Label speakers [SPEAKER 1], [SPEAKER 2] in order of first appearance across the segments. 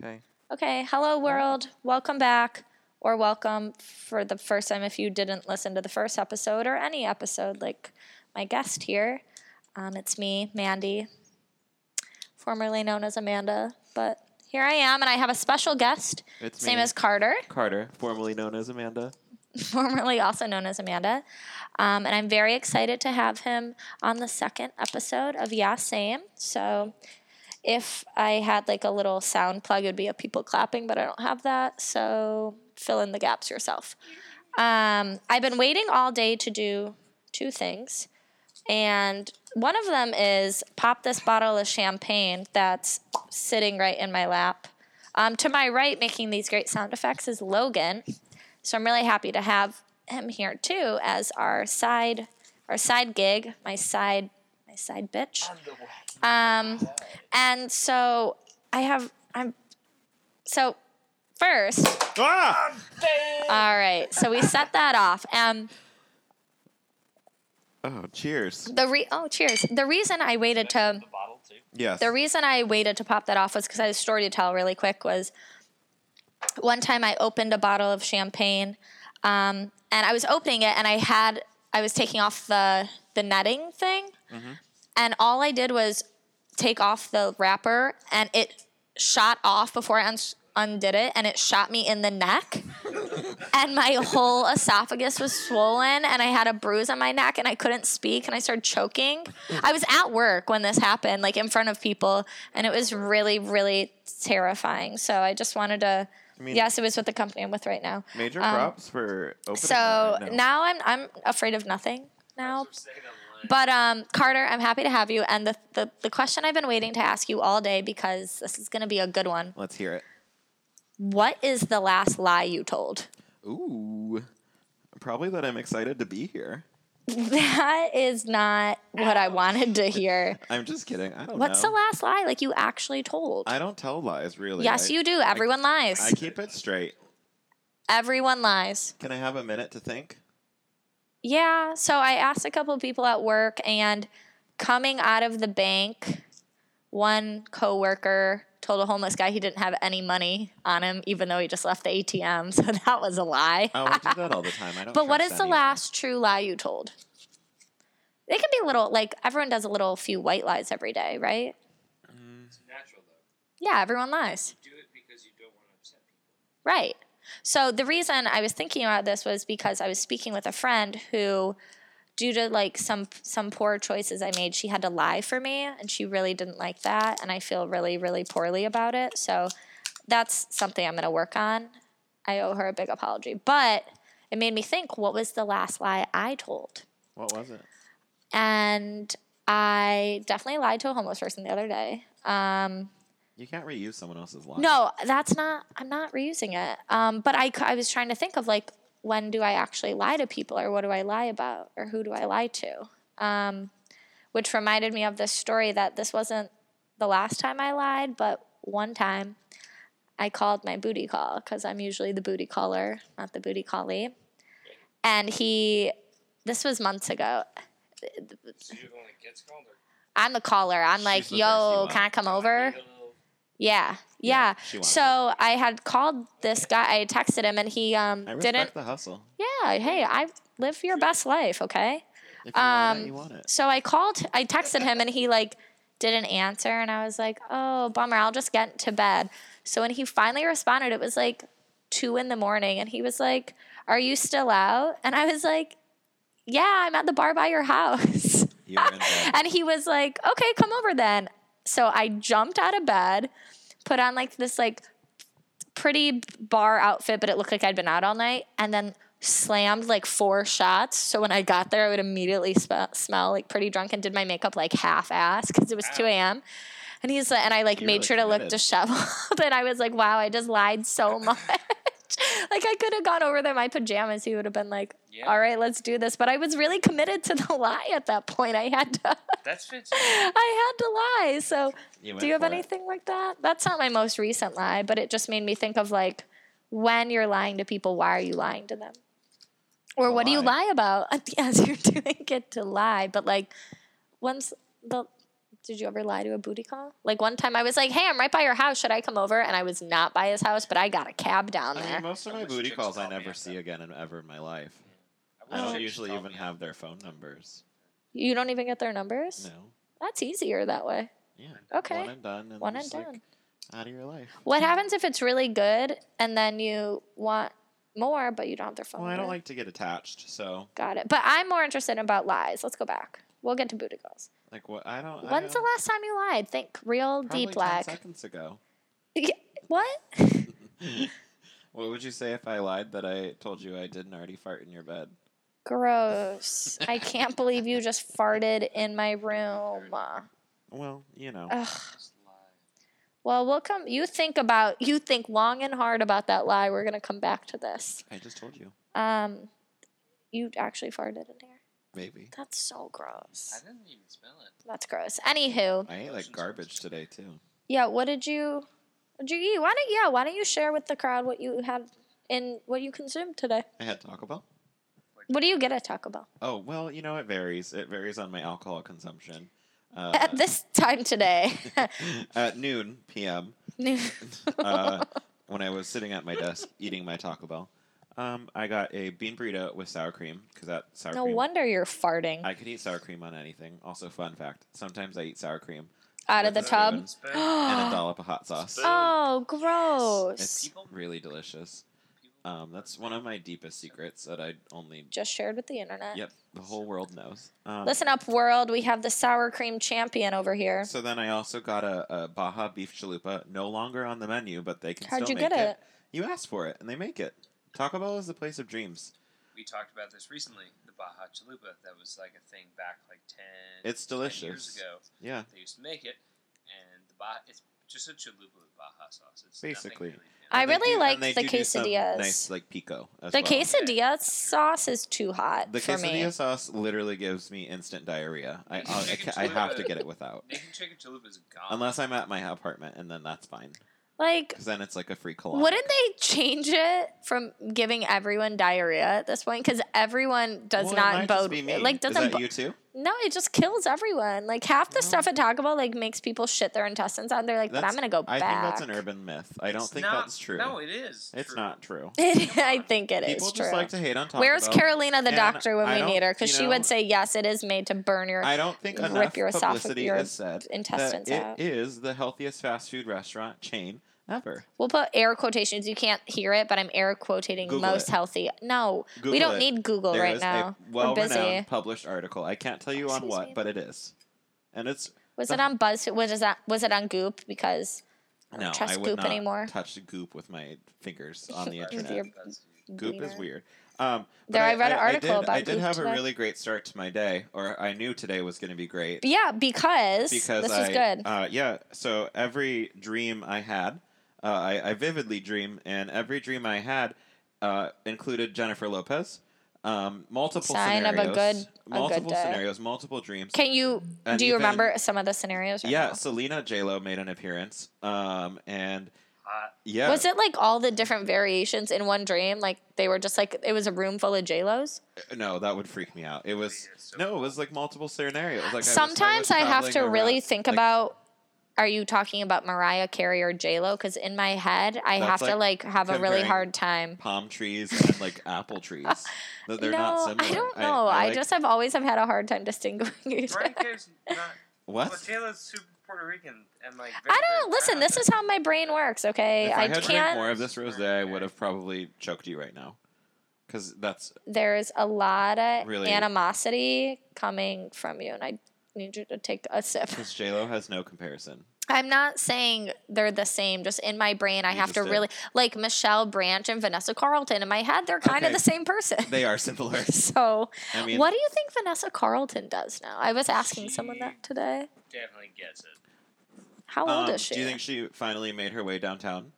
[SPEAKER 1] Okay.
[SPEAKER 2] Okay, hello world, welcome back, or welcome for the first time if you didn't listen to the first episode or any episode, like my guest here. Um, it's me, Mandy, formerly known as Amanda, but here I am, and I have a special guest.
[SPEAKER 1] It's
[SPEAKER 2] Same
[SPEAKER 1] me,
[SPEAKER 2] as Carter,
[SPEAKER 1] Carter, formerly known as Amanda.
[SPEAKER 2] formerly also known as Amanda. Um, and I'm very excited to have him on the second episode of Yeah Same. So if I had like a little sound plug, it would be a people clapping, but I don't have that. So fill in the gaps yourself. Um, I've been waiting all day to do two things. And one of them is pop this bottle of champagne that's sitting right in my lap. Um, to my right, making these great sound effects, is Logan. So I'm really happy to have him here too as our side our side gig, my side my side bitch. Um, and so I have I'm so first. All right, so we set that off. Um,
[SPEAKER 1] Oh, cheers.
[SPEAKER 2] the re oh cheers. The reason I waited to
[SPEAKER 3] bottle too.
[SPEAKER 1] Yes.
[SPEAKER 2] the reason I waited to pop that off was because I had a story to tell really quick. Was one time I opened a bottle of champagne, um, and I was opening it, and I had I was taking off the the netting thing, and all I did was take off the wrapper, and it shot off before I uns undid it, and it shot me in the neck, and my whole esophagus was swollen, and I had a bruise on my neck, and I couldn't speak, and I started choking. I was at work when this happened, like in front of people, and it was really, really terrifying. So I just wanted to.
[SPEAKER 1] mean-
[SPEAKER 2] yes, it was with the company I'm with right now.
[SPEAKER 1] Major props for opening
[SPEAKER 2] um, So
[SPEAKER 1] that. No.
[SPEAKER 2] now I'm I'm afraid of nothing now. But um, Carter, I'm happy to have you. And the, the the question I've been waiting to ask you all day because this is going to be a good one.
[SPEAKER 1] Let's hear it.
[SPEAKER 2] What is the last lie you told?
[SPEAKER 1] Ooh. Probably that I'm excited to be here.
[SPEAKER 2] That is not what I wanted to hear.
[SPEAKER 1] I'm just kidding. I don't
[SPEAKER 2] What's
[SPEAKER 1] know.
[SPEAKER 2] the last lie like you actually told?
[SPEAKER 1] I don't tell lies, really.
[SPEAKER 2] yes,
[SPEAKER 1] I-
[SPEAKER 2] you do. Everyone lies.
[SPEAKER 1] I keep it straight.
[SPEAKER 2] Everyone lies.
[SPEAKER 1] Can I have a minute to think?
[SPEAKER 2] Yeah. So I asked a couple of people at work, and coming out of the bank, one coworker told a homeless guy he didn't have any money on him, even though he just left the ATM. So that was a lie.
[SPEAKER 1] Oh, I do that all the time. I don't.
[SPEAKER 2] but what is
[SPEAKER 1] trust
[SPEAKER 2] the
[SPEAKER 1] anyone.
[SPEAKER 2] last true lie you told? It can be a little like everyone does a little few white lies every day, right?
[SPEAKER 3] It's natural though.
[SPEAKER 2] Yeah, everyone lies.
[SPEAKER 3] You do it because you don't want to upset people.
[SPEAKER 2] Right. So the reason I was thinking about this was because I was speaking with a friend who due to like some some poor choices I made, she had to lie for me and she really didn't like that and I feel really really poorly about it. So that's something I'm going to work on. I owe her a big apology. But it made me think what was the last lie I told?
[SPEAKER 1] What was it?
[SPEAKER 2] And I definitely lied to a homeless person the other day. Um
[SPEAKER 1] You can't reuse someone else's lie.
[SPEAKER 2] no, that's not. I'm not reusing it. Um, but I, c- I was trying to think of like when do I actually lie to people, or what do I lie about, or who do I lie to? Um, which reminded me of this story that this wasn't the last time I lied, but one time I called my booty call because I'm usually the booty caller, not the booty callee. And he, this was months ago.
[SPEAKER 3] So you're the one that gets called or
[SPEAKER 2] I'm the caller. I'm like,
[SPEAKER 1] the thirsty
[SPEAKER 2] yo,
[SPEAKER 1] one.
[SPEAKER 2] can I come over?
[SPEAKER 3] Hello.
[SPEAKER 2] Yeah,
[SPEAKER 1] Yeah,
[SPEAKER 2] yeah.
[SPEAKER 1] she wanted
[SPEAKER 2] so I had called this guy. I had texted him, and he um
[SPEAKER 1] I respect
[SPEAKER 2] didn't.
[SPEAKER 1] the hustle.
[SPEAKER 2] Yeah, hey, I live your best life, okay?
[SPEAKER 1] If you want
[SPEAKER 2] Um,
[SPEAKER 1] it, you want it.
[SPEAKER 2] So I called. I texted him, and he like didn't answer, and I was like, oh bummer. I'll just get to bed. So when he finally responded, it was like two in the morning, and he was like, "Are you still out?" And I was like, "Yeah, I'm at the bar by your house."
[SPEAKER 1] You are in bed.
[SPEAKER 2] And he was like, okay, come over then. So I jumped out of bed, put on like this like pretty bar outfit, but it looked like I'd been out all night, and then slammed like four shots. So when I got there, I would immediately spe- smell like pretty drunk and did my makeup like half ass because it was 2 a.m. And he's like, and I like
[SPEAKER 1] You
[SPEAKER 2] made
[SPEAKER 1] really
[SPEAKER 2] sure to look
[SPEAKER 1] committed.
[SPEAKER 2] disheveled. and I was like, wow, I just lied so much. like I could have gone over there in my pajamas. He would have been like,
[SPEAKER 3] Yeah.
[SPEAKER 2] all right, let's do this. But I was really committed to the lie at that point. I had to.
[SPEAKER 3] That's fits.
[SPEAKER 2] I had to lie. So,
[SPEAKER 1] You
[SPEAKER 2] do
[SPEAKER 1] went
[SPEAKER 2] you have
[SPEAKER 1] for it.
[SPEAKER 2] anything like that? That's not my most recent lie, but it just made me think of like when you're lying to people, why are you lying to them? Or
[SPEAKER 1] To
[SPEAKER 2] what do you
[SPEAKER 1] lie.
[SPEAKER 2] lie about as you're doing it to lie? But like, when's the Did you ever lie to a booty call? Like one time I was like, hey, I'm right by your house. Should I come over? And I was not by his house, but I got a cab down
[SPEAKER 1] I mean,
[SPEAKER 2] there.
[SPEAKER 1] most of my
[SPEAKER 3] Unless
[SPEAKER 1] booty
[SPEAKER 3] chicks
[SPEAKER 1] calls I
[SPEAKER 3] call me
[SPEAKER 1] never
[SPEAKER 3] up
[SPEAKER 1] see
[SPEAKER 3] then.
[SPEAKER 1] again in, ever in my life.
[SPEAKER 3] wish
[SPEAKER 1] I
[SPEAKER 3] they
[SPEAKER 1] don't
[SPEAKER 3] would
[SPEAKER 1] usually
[SPEAKER 3] call
[SPEAKER 1] even
[SPEAKER 3] me.
[SPEAKER 1] have their phone numbers.
[SPEAKER 2] You don't even get their numbers?
[SPEAKER 1] No.
[SPEAKER 2] That's easier that way.
[SPEAKER 1] Yeah.
[SPEAKER 2] Okay.
[SPEAKER 1] One and done. And
[SPEAKER 2] One
[SPEAKER 1] you're
[SPEAKER 2] and
[SPEAKER 1] just, like,
[SPEAKER 2] done.
[SPEAKER 1] out of your life.
[SPEAKER 2] What happens if it's really good and then you want more, but you don't have their phone
[SPEAKER 1] Well, I don't
[SPEAKER 2] number?
[SPEAKER 1] like to get attached, so
[SPEAKER 2] Got it. But I'm more interested about lies. Let's go back. We'll get to booty calls.
[SPEAKER 1] like what I don't.
[SPEAKER 2] When's the last time you lied? Think real
[SPEAKER 1] Probably
[SPEAKER 2] deep
[SPEAKER 1] 10
[SPEAKER 2] lag.
[SPEAKER 1] seconds ago.
[SPEAKER 2] What?
[SPEAKER 1] What would you say if I lied that I told you I didn't already fart in your bed?
[SPEAKER 2] Gross. I can't believe you just farted in my room.
[SPEAKER 1] Well, you know.
[SPEAKER 2] Ugh.
[SPEAKER 3] Just lie.
[SPEAKER 2] Well, we'll come. You think about, you think long and hard about that lie. We're going to come back to this.
[SPEAKER 1] I just told you.
[SPEAKER 2] Um, you actually farted in here.
[SPEAKER 1] Maybe.
[SPEAKER 2] That's so gross.
[SPEAKER 3] I didn't even smell it.
[SPEAKER 2] That's gross. Anywho,
[SPEAKER 1] I ate like garbage today too.
[SPEAKER 2] yeah. What did you? What did you eat? Why don't yeah? Why don't you share with the crowd what you had and what you consumed today?
[SPEAKER 1] I had Taco Bell.
[SPEAKER 2] What do you get at Taco Bell
[SPEAKER 1] Oh well, you know it varies. It varies on my alcohol consumption. Uh,
[SPEAKER 2] at this time today?
[SPEAKER 1] at noon p.m. uh, when I was sitting at my desk eating my Taco Bell, um, I got a bean burrito with sour cream because that sour
[SPEAKER 2] no
[SPEAKER 1] cream.
[SPEAKER 2] wonder you're farting
[SPEAKER 1] I could eat sour cream on anything. Also, fun fact: sometimes I eat sour cream
[SPEAKER 2] out of
[SPEAKER 1] with
[SPEAKER 2] the
[SPEAKER 1] a
[SPEAKER 2] tub.
[SPEAKER 1] spoon and a
[SPEAKER 2] oh,
[SPEAKER 1] dollop of hot sauce.
[SPEAKER 2] gross!
[SPEAKER 1] It's really delicious. Um, that's one of my deepest secrets that I only.
[SPEAKER 2] Just shared with the internet.
[SPEAKER 1] Yep, the whole world knows. Um,
[SPEAKER 2] Listen up, world. We have the sour cream champion over here.
[SPEAKER 1] So then I also got a, a Baja beef chalupa, no longer on the menu, but they can
[SPEAKER 2] How'd
[SPEAKER 1] still
[SPEAKER 2] you
[SPEAKER 1] make
[SPEAKER 2] get it?
[SPEAKER 1] You asked for it, and they make it. Taco Bell is the place of dreams.
[SPEAKER 3] We talked about this recently. The Baja Chalupa that was like a thing back like ten.
[SPEAKER 1] It's
[SPEAKER 3] 10
[SPEAKER 1] delicious.
[SPEAKER 3] years ago,
[SPEAKER 1] Yeah,
[SPEAKER 3] they used to make it, and the Baja it's just a chalupa with Baja sauce. It's nothing
[SPEAKER 1] Basically.
[SPEAKER 3] really fancy.
[SPEAKER 2] I
[SPEAKER 1] And they
[SPEAKER 2] really
[SPEAKER 1] do-
[SPEAKER 2] liked
[SPEAKER 1] and they
[SPEAKER 2] the
[SPEAKER 1] do do some
[SPEAKER 2] quesadillas.
[SPEAKER 1] Nice, like pico. As
[SPEAKER 2] The
[SPEAKER 1] well.
[SPEAKER 2] quesadilla sauce is too hot
[SPEAKER 1] The
[SPEAKER 2] for
[SPEAKER 1] quesadilla
[SPEAKER 2] me.
[SPEAKER 1] sauce literally gives me instant diarrhea. I I, I, ca- I have to get it without,
[SPEAKER 3] Making chicken chalupa is gone.
[SPEAKER 1] unless I'm at my apartment, and then that's fine.
[SPEAKER 2] Like,
[SPEAKER 1] Because then it's like a free colonic.
[SPEAKER 2] wouldn't they change it from giving everyone diarrhea at this point? Because everyone does
[SPEAKER 1] Well, it
[SPEAKER 2] not
[SPEAKER 1] might just
[SPEAKER 2] bode.
[SPEAKER 1] be me.
[SPEAKER 2] Like,
[SPEAKER 1] is
[SPEAKER 2] doesn't
[SPEAKER 1] that
[SPEAKER 2] bo-
[SPEAKER 1] you too?
[SPEAKER 2] no, it just kills everyone. Like half the
[SPEAKER 1] No.
[SPEAKER 2] stuff at Taco Bell like makes people shit their intestines out. They're like, but
[SPEAKER 1] That's-
[SPEAKER 2] I'm gonna go
[SPEAKER 1] I
[SPEAKER 2] back.
[SPEAKER 1] think that's an urban myth. I don't
[SPEAKER 3] It's
[SPEAKER 1] think
[SPEAKER 3] not-
[SPEAKER 1] that's true.
[SPEAKER 3] No, it is.
[SPEAKER 1] it's
[SPEAKER 3] true.
[SPEAKER 1] not true.
[SPEAKER 2] It-
[SPEAKER 3] Come
[SPEAKER 2] I
[SPEAKER 3] on.
[SPEAKER 2] think it is
[SPEAKER 1] People
[SPEAKER 2] true.
[SPEAKER 1] just like to hate on Taco
[SPEAKER 2] Where's
[SPEAKER 1] Bell.
[SPEAKER 2] Carolina the
[SPEAKER 1] And
[SPEAKER 2] doctor when
[SPEAKER 1] I
[SPEAKER 2] we
[SPEAKER 1] don't-
[SPEAKER 2] need her? Because
[SPEAKER 1] you
[SPEAKER 2] she
[SPEAKER 1] know-
[SPEAKER 2] would say, yes, it is made to burn your.
[SPEAKER 1] I don't think
[SPEAKER 2] Rip
[SPEAKER 1] enough
[SPEAKER 2] your esophagus-
[SPEAKER 1] publicity
[SPEAKER 2] your
[SPEAKER 1] is said
[SPEAKER 2] intestines
[SPEAKER 1] that
[SPEAKER 2] out.
[SPEAKER 1] it is the healthiest fast food restaurant chain ever.
[SPEAKER 2] we'll put air quotations. You can't hear it, but I'm air quotating
[SPEAKER 1] Google
[SPEAKER 2] most
[SPEAKER 1] it.
[SPEAKER 2] healthy. No, we
[SPEAKER 1] Google
[SPEAKER 2] don't
[SPEAKER 1] it.
[SPEAKER 2] need Google
[SPEAKER 1] There
[SPEAKER 2] right
[SPEAKER 1] is
[SPEAKER 2] now.
[SPEAKER 1] a
[SPEAKER 2] We're busy.
[SPEAKER 1] well-renowned published article. I can't tell you on
[SPEAKER 2] Excuse
[SPEAKER 1] what,
[SPEAKER 2] me.
[SPEAKER 1] but it is, and it's
[SPEAKER 2] Was
[SPEAKER 1] the-
[SPEAKER 2] it on Buzz? Was it on, was it on Goop? Because I don't
[SPEAKER 1] no.
[SPEAKER 2] trust
[SPEAKER 1] I would
[SPEAKER 2] Goop
[SPEAKER 1] not
[SPEAKER 2] anymore.
[SPEAKER 1] touch Goop with my fingers on the
[SPEAKER 2] With
[SPEAKER 1] internet.
[SPEAKER 2] your
[SPEAKER 3] That's-
[SPEAKER 1] Goop
[SPEAKER 2] wiener.
[SPEAKER 1] is weird. Um, but
[SPEAKER 2] There, I read an article
[SPEAKER 1] did,
[SPEAKER 2] about
[SPEAKER 1] I did
[SPEAKER 2] Goop
[SPEAKER 1] have
[SPEAKER 2] today.
[SPEAKER 1] a really great start to my day, or I knew today was going to be great.
[SPEAKER 2] Yeah, because,
[SPEAKER 1] because
[SPEAKER 2] this
[SPEAKER 1] I,
[SPEAKER 2] is good.
[SPEAKER 1] Uh, yeah. So every dream I had, uh, I, I vividly dream, and every dream I had uh, included Jennifer Lopez. Um, multiple
[SPEAKER 2] Sign of a
[SPEAKER 1] scenarios,
[SPEAKER 2] good- a good
[SPEAKER 1] multiple
[SPEAKER 2] day.
[SPEAKER 1] scenarios, multiple dreams.
[SPEAKER 2] Can you
[SPEAKER 1] and
[SPEAKER 2] do you
[SPEAKER 1] even-
[SPEAKER 2] remember some of the scenarios? Right
[SPEAKER 1] yeah,
[SPEAKER 2] now?
[SPEAKER 1] Selena J Lo made an appearance, um, and
[SPEAKER 3] Hot.
[SPEAKER 1] yeah,
[SPEAKER 2] Was it like all the different variations in one dream? Like they were just like it was a room full of J Los.
[SPEAKER 1] no, that would freak me out. It was
[SPEAKER 3] Yeah, so
[SPEAKER 1] no, it was like multiple scenarios. Like I was- I was
[SPEAKER 2] Sometimes I, have
[SPEAKER 1] traveling
[SPEAKER 2] to really
[SPEAKER 1] around-
[SPEAKER 2] think
[SPEAKER 1] like,
[SPEAKER 2] about. Are you talking about Mariah Carey or J Lo? Because in my head, I
[SPEAKER 1] That's
[SPEAKER 2] have to like
[SPEAKER 1] like
[SPEAKER 2] have a really
[SPEAKER 1] comparing
[SPEAKER 2] hard time.
[SPEAKER 1] palm trees and like apple trees. That they're
[SPEAKER 2] no,
[SPEAKER 1] not similar.
[SPEAKER 2] I don't know. I,
[SPEAKER 1] like-
[SPEAKER 2] just have always have had a hard time distinguishing. each
[SPEAKER 3] Mariah
[SPEAKER 2] other.
[SPEAKER 3] Carey's not. Well,
[SPEAKER 1] what
[SPEAKER 3] Taylor's super Puerto Rican and like. Very,
[SPEAKER 2] I don't listen. This is how my brain works. Okay,
[SPEAKER 1] If I,
[SPEAKER 2] I,
[SPEAKER 1] had drank
[SPEAKER 2] can't.
[SPEAKER 1] more of this rosé, I would have probably choked you right now. Because that's
[SPEAKER 2] There's a lot of
[SPEAKER 1] Really-
[SPEAKER 2] animosity coming from you, and I need you to take a sip.
[SPEAKER 1] because J Lo has no comparison.
[SPEAKER 2] I'm not saying they're the same. Just in my brain, I
[SPEAKER 1] You
[SPEAKER 2] have to
[SPEAKER 1] just did.
[SPEAKER 2] really like Michelle Branch and Vanessa Carlton. In my head, they're kind of
[SPEAKER 1] Okay.
[SPEAKER 2] the same person.
[SPEAKER 1] They are similar.
[SPEAKER 2] so,
[SPEAKER 1] I mean,
[SPEAKER 2] what do you think Vanessa Carlton does now? I was asking someone that today.
[SPEAKER 3] Definitely gets it.
[SPEAKER 2] How old
[SPEAKER 1] um,
[SPEAKER 2] is she?
[SPEAKER 1] do you think she finally made her way downtown,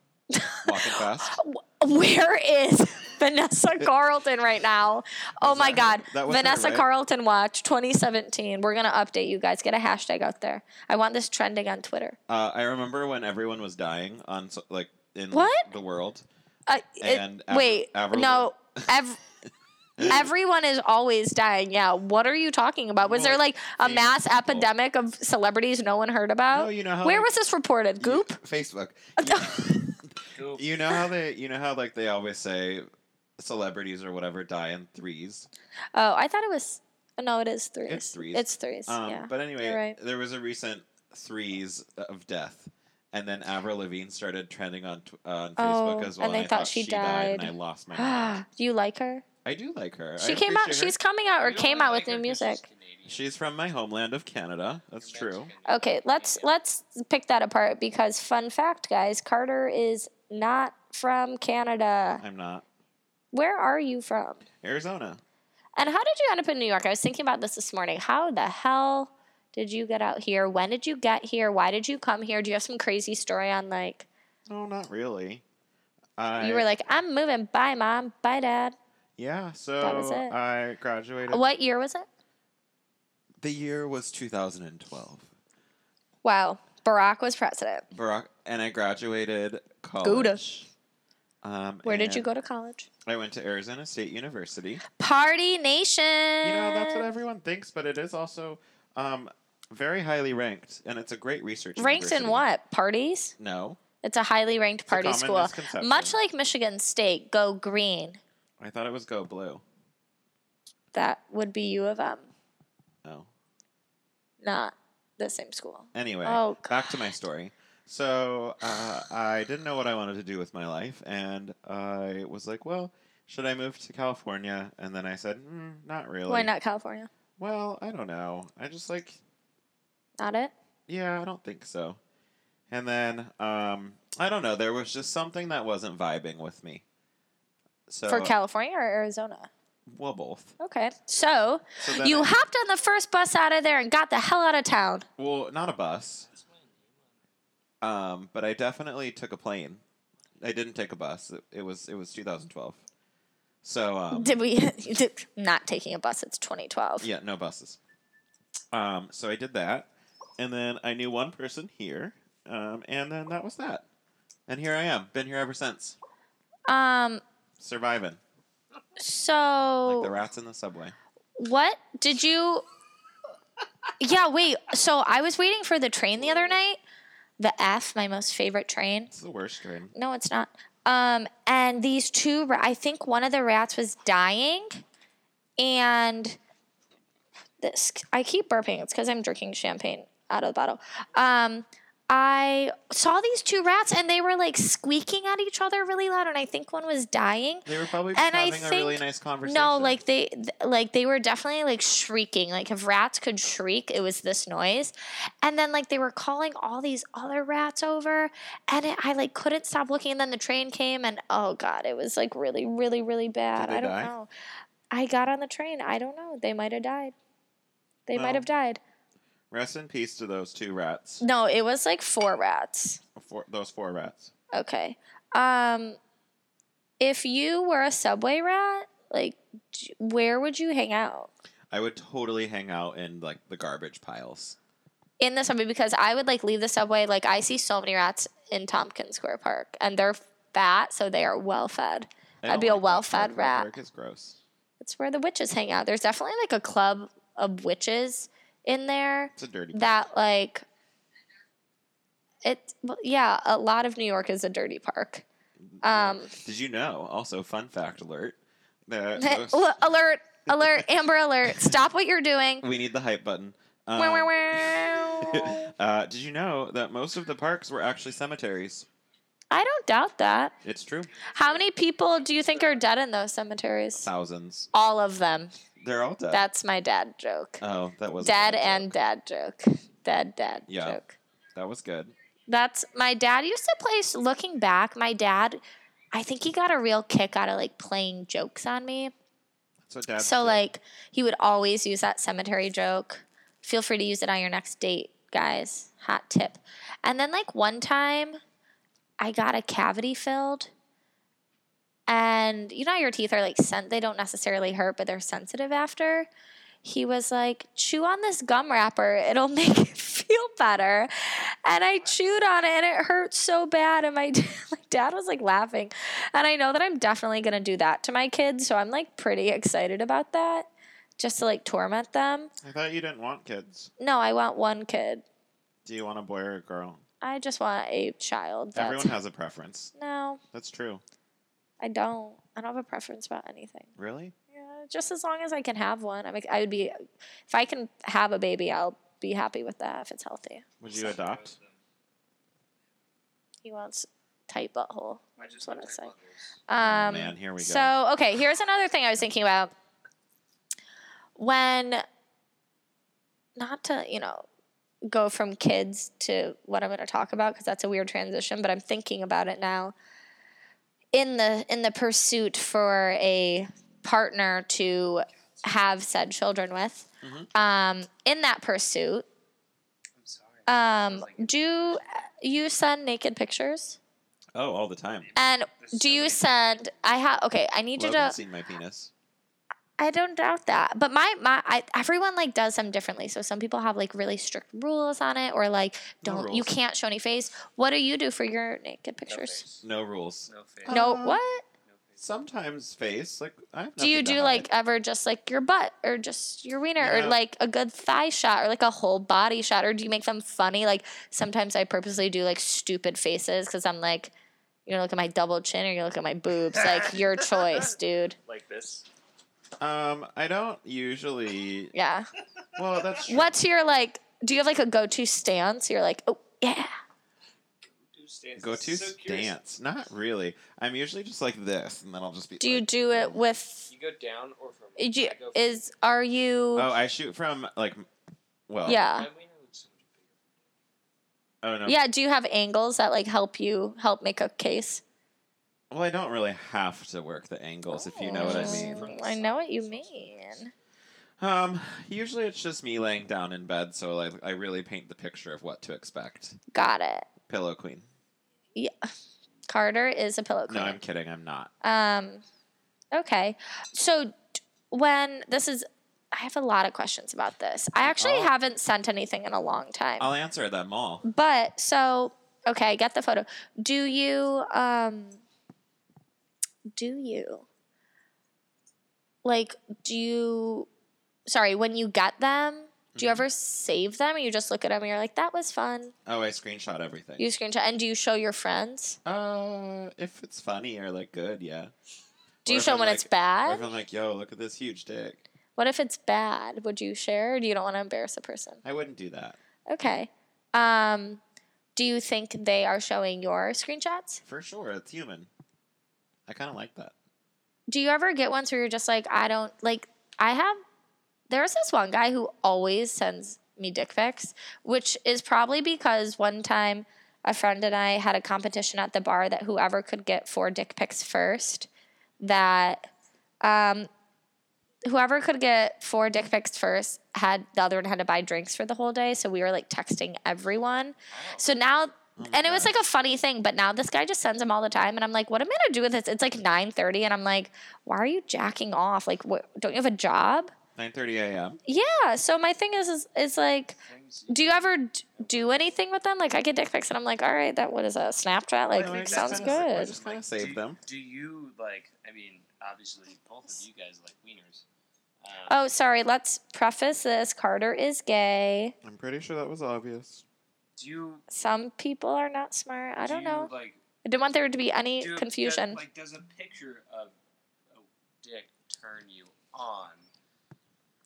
[SPEAKER 1] walking fast?
[SPEAKER 2] Where is Vanessa Carlton right now? Oh
[SPEAKER 1] Was
[SPEAKER 2] my
[SPEAKER 1] that
[SPEAKER 2] God.
[SPEAKER 1] her- that wasn't her,
[SPEAKER 2] Vanessa
[SPEAKER 1] right?
[SPEAKER 2] Carlton Watch 2017. We're going to update you guys. Get a hashtag out there. I want this trending on Twitter.
[SPEAKER 1] Uh, I remember when everyone was dying on so- like in
[SPEAKER 2] What?
[SPEAKER 1] the world.
[SPEAKER 2] Uh, it-
[SPEAKER 1] And Avril-
[SPEAKER 2] wait,
[SPEAKER 1] Avril
[SPEAKER 2] no. Ev- Everyone is always dying. Yeah. What are you talking about? Was
[SPEAKER 1] More
[SPEAKER 2] there like a
[SPEAKER 1] famous
[SPEAKER 2] mass
[SPEAKER 1] people.
[SPEAKER 2] epidemic of celebrities no one heard about?
[SPEAKER 1] No, you know how,
[SPEAKER 2] Oh, Where
[SPEAKER 1] like,
[SPEAKER 2] was Oh, this reported? Goop?
[SPEAKER 1] Facebook.
[SPEAKER 3] Goop.
[SPEAKER 1] You know how they, you know how like they always say, celebrities or whatever die in threes.
[SPEAKER 2] Oh, I thought it was. No, it is threes.
[SPEAKER 1] It's threes.
[SPEAKER 2] It's threes.
[SPEAKER 1] Um,
[SPEAKER 2] yeah.
[SPEAKER 1] But anyway,
[SPEAKER 2] You're right.
[SPEAKER 1] there was a recent threes of death, and then Avril Lavigne started trending on tw- on Facebook
[SPEAKER 2] Oh,
[SPEAKER 1] as well.
[SPEAKER 2] and they
[SPEAKER 1] I
[SPEAKER 2] thought she
[SPEAKER 1] and
[SPEAKER 2] died.
[SPEAKER 1] I lost my mind.
[SPEAKER 2] Ah, Do you like her?
[SPEAKER 1] I do like her.
[SPEAKER 2] She
[SPEAKER 1] I
[SPEAKER 2] came out.
[SPEAKER 1] appreciate her.
[SPEAKER 2] She's coming out or
[SPEAKER 3] You don't
[SPEAKER 2] came
[SPEAKER 3] really
[SPEAKER 2] out
[SPEAKER 3] like
[SPEAKER 2] with new
[SPEAKER 3] her 'cause
[SPEAKER 2] music.
[SPEAKER 3] she's Canadian.
[SPEAKER 1] She's from my homeland of Canada. That's
[SPEAKER 3] You're
[SPEAKER 1] true.
[SPEAKER 3] Mexican.
[SPEAKER 2] Okay, let's let's pick that apart because fun fact, guys, Carter is not from Canada.
[SPEAKER 1] I'm not
[SPEAKER 2] Where are you from?
[SPEAKER 1] Arizona.
[SPEAKER 2] And how did you end up in New York? I was thinking about this this morning. How the hell did you get out here? When did you get here? Why did you come here? Do you have some crazy story on like
[SPEAKER 1] No, not really. I,
[SPEAKER 2] you were like, I'm moving. Bye, mom. Bye, dad.
[SPEAKER 1] yeah. So
[SPEAKER 2] was it.
[SPEAKER 1] I graduated.
[SPEAKER 2] What year was it?
[SPEAKER 1] The year was 2012.
[SPEAKER 2] Wow, Barack was president.
[SPEAKER 1] Barack and I graduated
[SPEAKER 2] Gouda.
[SPEAKER 1] college. Oh, Um,
[SPEAKER 2] Where did you
[SPEAKER 1] and
[SPEAKER 2] go to college?
[SPEAKER 1] I went to Arizona State University.
[SPEAKER 2] Party Nation.
[SPEAKER 1] You know, that's what everyone thinks, but it is also um, very highly ranked, and it's a great research.
[SPEAKER 2] Ranked in
[SPEAKER 1] university.
[SPEAKER 2] what? Parties?
[SPEAKER 1] No,
[SPEAKER 2] It's a highly ranked
[SPEAKER 1] a
[SPEAKER 2] party
[SPEAKER 1] common
[SPEAKER 2] school.
[SPEAKER 1] misconception.
[SPEAKER 2] Much like Michigan State, go green.
[SPEAKER 1] I thought it was Go Blue.
[SPEAKER 2] That would be U of M,
[SPEAKER 1] No.
[SPEAKER 2] not the same school.
[SPEAKER 1] Anyway,
[SPEAKER 2] Oh,
[SPEAKER 1] back to my story. So uh, I didn't know what I wanted to do with my life, and I was like, "Well, should I move to California?" And then I said, mm, "Not really.
[SPEAKER 2] Why not California?
[SPEAKER 1] Well, I don't know. I just like
[SPEAKER 2] Not it?
[SPEAKER 1] Yeah, I don't think so. And then um, I don't know. There was just something that wasn't vibing with me. So
[SPEAKER 2] For California or Arizona?
[SPEAKER 1] well, both.
[SPEAKER 2] Okay. So,
[SPEAKER 1] So then
[SPEAKER 2] you
[SPEAKER 1] I-
[SPEAKER 2] hopped on the first bus out of there and got the hell out of town.
[SPEAKER 1] well, not a bus. Um, but I definitely took a plane. I didn't take a bus. It, it was it was 2012. So um,
[SPEAKER 2] Did we? did- not taking a bus, it's 2012.
[SPEAKER 1] yeah, no buses. Um, so I did that, and then I knew one person here, um, and then that was that. And here I am. Been here ever since,
[SPEAKER 2] Um,
[SPEAKER 1] surviving
[SPEAKER 2] so.
[SPEAKER 1] like
[SPEAKER 2] Oh.
[SPEAKER 1] the rats in the subway.
[SPEAKER 2] What did you? Yeah, wait. So I was waiting for the train the other night, the F, my most favorite train.
[SPEAKER 1] It's the worst train.
[SPEAKER 2] No, it's not. Um, and these two, ra- I think one of the rats was dying, and this I keep burping. It's because I'm drinking champagne out of the bottle. Um, I saw these two rats, and they were like squeaking at each other really loud, and I think one was dying.
[SPEAKER 1] They were probably just
[SPEAKER 2] And I
[SPEAKER 1] having a really
[SPEAKER 2] think-
[SPEAKER 1] nice conversation.
[SPEAKER 2] No, like they th- like they were definitely like shrieking. Like if rats could shriek, it was this noise. And then like they were calling all these other rats over and it, I like couldn't stop looking and then the train came and oh god, it was like really really really bad.
[SPEAKER 1] Did they
[SPEAKER 2] I don't
[SPEAKER 1] die?
[SPEAKER 2] know. I got on the train. I don't know. They might have died. They
[SPEAKER 1] Well.
[SPEAKER 2] might have died.
[SPEAKER 1] rest in peace to those two rats.
[SPEAKER 2] No, it was like four rats.
[SPEAKER 1] Four, those four rats.
[SPEAKER 2] Okay. Um if you were a subway rat, like d- where would you hang out?
[SPEAKER 1] I would totally hang out in like the garbage piles.
[SPEAKER 2] in the subway because I would like leave the subway. Like I see so many rats in Tompkins Square Park, and they're fat, so they are well fed.
[SPEAKER 1] I
[SPEAKER 2] I'd
[SPEAKER 1] don't
[SPEAKER 2] be a
[SPEAKER 1] like that
[SPEAKER 2] well-fed
[SPEAKER 1] stuff.
[SPEAKER 2] rat.
[SPEAKER 1] Work is gross.
[SPEAKER 2] It's where the witches hang out. There's definitely like a club of witches in there
[SPEAKER 1] It's a dirty.
[SPEAKER 2] that like it. well, Yeah, a lot of New York is a dirty park. Um,
[SPEAKER 1] park. Did you know? Also, fun fact alert. That most-
[SPEAKER 2] alert! Alert! Amber alert! Stop what you're doing.
[SPEAKER 1] we need the hype button. Um,
[SPEAKER 2] Wow, wow, wow.
[SPEAKER 1] uh, did you know that most of the parks were actually cemeteries?
[SPEAKER 2] I don't doubt that.
[SPEAKER 1] It's true.
[SPEAKER 2] How many people do you think are dead in those cemeteries?
[SPEAKER 1] Thousands.
[SPEAKER 2] All of them.
[SPEAKER 1] They're all dead.
[SPEAKER 2] That's my dad joke.
[SPEAKER 1] oh, that was a bad
[SPEAKER 2] dad
[SPEAKER 1] joke.
[SPEAKER 2] and dad joke. Dad, dad
[SPEAKER 1] Yeah.
[SPEAKER 2] joke.
[SPEAKER 1] that was good.
[SPEAKER 2] That's my dad used to play, s- looking back, my dad, I think he got a real kick out of like playing jokes on me.
[SPEAKER 1] That's what dad.
[SPEAKER 2] so, like, he would always use that cemetery joke. Feel free to use it on your next date, guys. Hot tip. And then, like, one time I got a cavity filled. And you know, how your teeth are like sent, they don't necessarily hurt, but they're sensitive after. he was like, chew on this gum wrapper. It'll make it feel better. And I chewed on it and it hurt so bad. And my, my dad was like laughing. And I know that I'm definitely going to do that to my kids. So I'm like pretty excited about that just to like torment them.
[SPEAKER 1] I thought you didn't want kids.
[SPEAKER 2] No, I want one kid.
[SPEAKER 1] Do you want a boy or a girl?
[SPEAKER 2] I just want a child. That's,
[SPEAKER 1] Everyone has a preference.
[SPEAKER 2] No,
[SPEAKER 1] That's true.
[SPEAKER 2] I don't. I don't have a preference about anything.
[SPEAKER 1] Really?
[SPEAKER 2] Yeah, just as long as I can have one. I mean, I would be, if I can have a baby, I'll be happy with that if it's healthy.
[SPEAKER 1] Would you adopt?
[SPEAKER 2] He wants tight butthole.
[SPEAKER 3] I just
[SPEAKER 2] That's what
[SPEAKER 3] look
[SPEAKER 2] I
[SPEAKER 3] like
[SPEAKER 2] say.
[SPEAKER 3] mothers.
[SPEAKER 2] Um,
[SPEAKER 1] Oh, Man, here we go.
[SPEAKER 2] So, okay, here's another thing I was thinking about. When, not to, you know, go from kids to what I'm going to talk about because that's a weird transition, but I'm thinking about it now. In the in the pursuit for a partner to have said children with,
[SPEAKER 1] Mm-hmm.
[SPEAKER 2] um, in that pursuit,
[SPEAKER 3] I'm sorry.
[SPEAKER 2] um, do you send naked pictures?
[SPEAKER 1] Oh, all the time.
[SPEAKER 2] And
[SPEAKER 3] There's
[SPEAKER 2] do
[SPEAKER 3] so
[SPEAKER 2] you
[SPEAKER 3] many.
[SPEAKER 2] send? I have okay. I need you to.
[SPEAKER 1] Logan's seen my penis.
[SPEAKER 2] I don't doubt that. But my my I, everyone like does them differently. So some people have like really strict rules on it or like
[SPEAKER 1] No
[SPEAKER 2] don't you
[SPEAKER 1] rules.
[SPEAKER 2] can't show any face. What do you do for your naked
[SPEAKER 3] No
[SPEAKER 2] pictures?
[SPEAKER 3] face.
[SPEAKER 1] No rules.
[SPEAKER 3] No face.
[SPEAKER 2] No,
[SPEAKER 1] Uh,
[SPEAKER 2] what?
[SPEAKER 3] No face.
[SPEAKER 1] Sometimes face. Like I have
[SPEAKER 2] Do you
[SPEAKER 1] nothing to
[SPEAKER 2] do
[SPEAKER 1] hide.
[SPEAKER 2] like ever just like your butt or just your wiener
[SPEAKER 1] Yeah.
[SPEAKER 2] or like a good thigh shot or like a whole body shot or do you make them funny? Like sometimes I purposely do like stupid faces cuz I'm like you know, look at my double chin or you look at my boobs. Like your choice, dude.
[SPEAKER 3] Like this.
[SPEAKER 1] Um, I don't usually.
[SPEAKER 2] Yeah.
[SPEAKER 1] Well, that's true.
[SPEAKER 2] What's your like do you have like a go-to stance? You're like, "Oh, yeah."
[SPEAKER 3] Go-to stance.
[SPEAKER 1] Go to
[SPEAKER 3] This is so curious.
[SPEAKER 1] stance. Not really. I'm usually just like this, and then I'll just be.
[SPEAKER 2] Do you
[SPEAKER 1] like-
[SPEAKER 2] do it with?
[SPEAKER 3] You go down or from?
[SPEAKER 2] do you-
[SPEAKER 3] I go from-
[SPEAKER 2] Is are you?
[SPEAKER 1] Oh, I shoot from like. Well.
[SPEAKER 2] yeah,
[SPEAKER 3] My wiener looks so much bigger.
[SPEAKER 1] Oh no.
[SPEAKER 2] yeah. Do you have angles that like help you help make a case?
[SPEAKER 1] Well, I don't really have to work the angles if you know what I
[SPEAKER 2] Oh.
[SPEAKER 1] mean.
[SPEAKER 3] From the
[SPEAKER 2] Mm, I know
[SPEAKER 3] side.
[SPEAKER 2] what you
[SPEAKER 3] So it's
[SPEAKER 2] mean.
[SPEAKER 1] Um, usually it's just me laying down in bed, so like I really paint the picture of what to expect.
[SPEAKER 2] Got it.
[SPEAKER 1] Pillow queen.
[SPEAKER 2] Yeah. Carter is a pillow
[SPEAKER 1] No, I'm
[SPEAKER 2] queen.
[SPEAKER 1] kidding. I'm not.
[SPEAKER 2] um, okay. So d- when this is, I have a lot of questions about this. I actually
[SPEAKER 1] I'll-
[SPEAKER 2] haven't sent anything in a long time.
[SPEAKER 1] I'll answer them all.
[SPEAKER 2] But so okay, I get the photo. Do you um do you like do you sorry, when you get them, do you
[SPEAKER 1] Mhm.
[SPEAKER 2] ever save them or you just look at them and you're like, that was fun?
[SPEAKER 1] Oh, I screenshot everything.
[SPEAKER 2] You screenshot and do you show your friends?
[SPEAKER 1] Uh, if it's funny or like good, yeah. Or
[SPEAKER 2] Do you
[SPEAKER 1] if
[SPEAKER 2] show
[SPEAKER 1] I'm
[SPEAKER 2] when
[SPEAKER 1] like-
[SPEAKER 2] it's
[SPEAKER 1] Or if
[SPEAKER 2] bad?
[SPEAKER 1] I'm like, yo, look at this huge dick.
[SPEAKER 2] What if it's bad? Would you share or do you don't want to embarrass the person?
[SPEAKER 1] I wouldn't do that
[SPEAKER 2] Okay. Um do you think they are showing your screenshots?
[SPEAKER 1] for sure. It's human. I kind of like that.
[SPEAKER 2] Do you ever get ones where you're just like, I don't like? I have. There's this one guy who always sends me dick pics, which is probably because one time a friend and I had a competition at the bar that whoever could get four dick pics first, that um, whoever could get four dick pics first had the other one had to buy drinks for the whole day. So we were like texting everyone. So now,
[SPEAKER 1] Oh
[SPEAKER 3] Oh
[SPEAKER 2] and it was like a funny thing, but now this guy just sends them all the time, and I'm like, what am I gonna do with this? It's like 9:30, and I'm like, why are you jacking off? Like, what, don't you have a job?
[SPEAKER 1] 9:30 a.m.
[SPEAKER 2] Yeah. So my thing is, is, is like,
[SPEAKER 3] Things
[SPEAKER 2] do you ever d- do anything with them? Like, I get dick pics, and I'm like, all right, that what is that? Snapchat? Like,
[SPEAKER 1] Wait, wait,
[SPEAKER 2] sounds
[SPEAKER 1] that's kinda sick. Why
[SPEAKER 2] good.
[SPEAKER 1] just kind of
[SPEAKER 3] do,
[SPEAKER 1] save them.
[SPEAKER 3] Do you like? I mean, obviously, both of you guys like wieners. Um,
[SPEAKER 2] Oh, sorry. Let's preface this. Carter is gay.
[SPEAKER 1] I'm pretty sure that was obvious.
[SPEAKER 3] do you?
[SPEAKER 2] Some people are not smart. I
[SPEAKER 3] do
[SPEAKER 2] don't
[SPEAKER 3] you,
[SPEAKER 2] know.
[SPEAKER 3] Like,
[SPEAKER 2] I didn't want there to be any
[SPEAKER 3] do-
[SPEAKER 2] confusion.
[SPEAKER 3] Does, like, does a picture of a dick turn you on,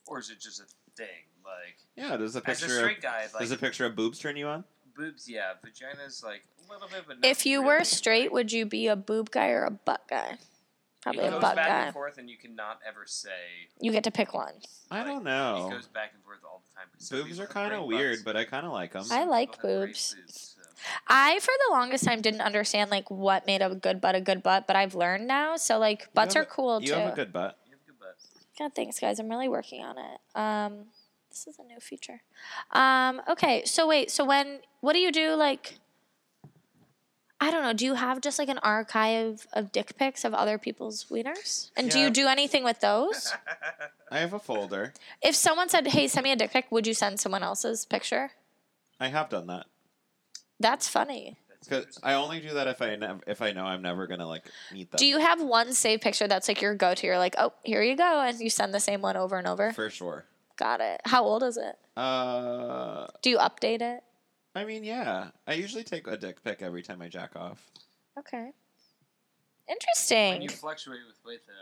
[SPEAKER 3] or is it just a thing? Like,
[SPEAKER 1] Yeah, there's a
[SPEAKER 3] as a
[SPEAKER 1] picture. of,
[SPEAKER 3] straight guy, like
[SPEAKER 1] Does a picture of boobs turn you on?
[SPEAKER 3] boobs, yeah, vaginas, like a little bit, but not
[SPEAKER 2] If you
[SPEAKER 3] really.
[SPEAKER 2] were straight, would you be a boob guy or a butt guy? Probably
[SPEAKER 3] it
[SPEAKER 2] a
[SPEAKER 3] goes
[SPEAKER 2] butt
[SPEAKER 3] back
[SPEAKER 2] guy.
[SPEAKER 3] and forth, and you cannot ever say.
[SPEAKER 2] You get to pick one.
[SPEAKER 1] I
[SPEAKER 3] like,
[SPEAKER 1] don't
[SPEAKER 3] It
[SPEAKER 1] know.
[SPEAKER 3] goes back and forth all the time. 'cause some
[SPEAKER 1] Boobs
[SPEAKER 3] people
[SPEAKER 1] are
[SPEAKER 3] have
[SPEAKER 1] kind of
[SPEAKER 3] great
[SPEAKER 1] weird,
[SPEAKER 3] butts.
[SPEAKER 1] but I kind of like them.
[SPEAKER 2] I
[SPEAKER 3] Some
[SPEAKER 2] like
[SPEAKER 3] people have great
[SPEAKER 2] boobs.
[SPEAKER 3] so.
[SPEAKER 2] I for the longest time didn't understand like what made a good butt a good butt, but I've learned now. So like butts
[SPEAKER 1] have
[SPEAKER 2] are cool
[SPEAKER 1] you
[SPEAKER 2] too.
[SPEAKER 1] have a good butt.
[SPEAKER 3] You have a good butt.
[SPEAKER 2] God, thanks guys. I'm really working on it. Um, this is a new feature. Um, okay, so wait, so when what do you do like? I don't know. Do you have just like an archive of dick pics of other people's wieners? And do
[SPEAKER 1] Yeah.
[SPEAKER 2] you do anything with those?
[SPEAKER 1] I have a folder.
[SPEAKER 2] if someone said, "Hey, send me a dick pic," would you send someone else's picture?
[SPEAKER 1] I have done that.
[SPEAKER 2] That's funny.
[SPEAKER 3] That's
[SPEAKER 1] Cause
[SPEAKER 3] interesting.
[SPEAKER 1] I only do that if I nev- if I know I'm never gonna like meet them.
[SPEAKER 2] Do you have one saved picture that's like your go-to? You're like, "Oh, here you go," and you send the same one over and over.
[SPEAKER 1] for sure?
[SPEAKER 2] Got it. How old is it?
[SPEAKER 1] Uh,
[SPEAKER 2] Do you update it?
[SPEAKER 1] I mean, yeah. I usually take a dick pic every time I jack off.
[SPEAKER 2] Okay.
[SPEAKER 3] when
[SPEAKER 2] Interesting.
[SPEAKER 3] you fluctuate with weight, though,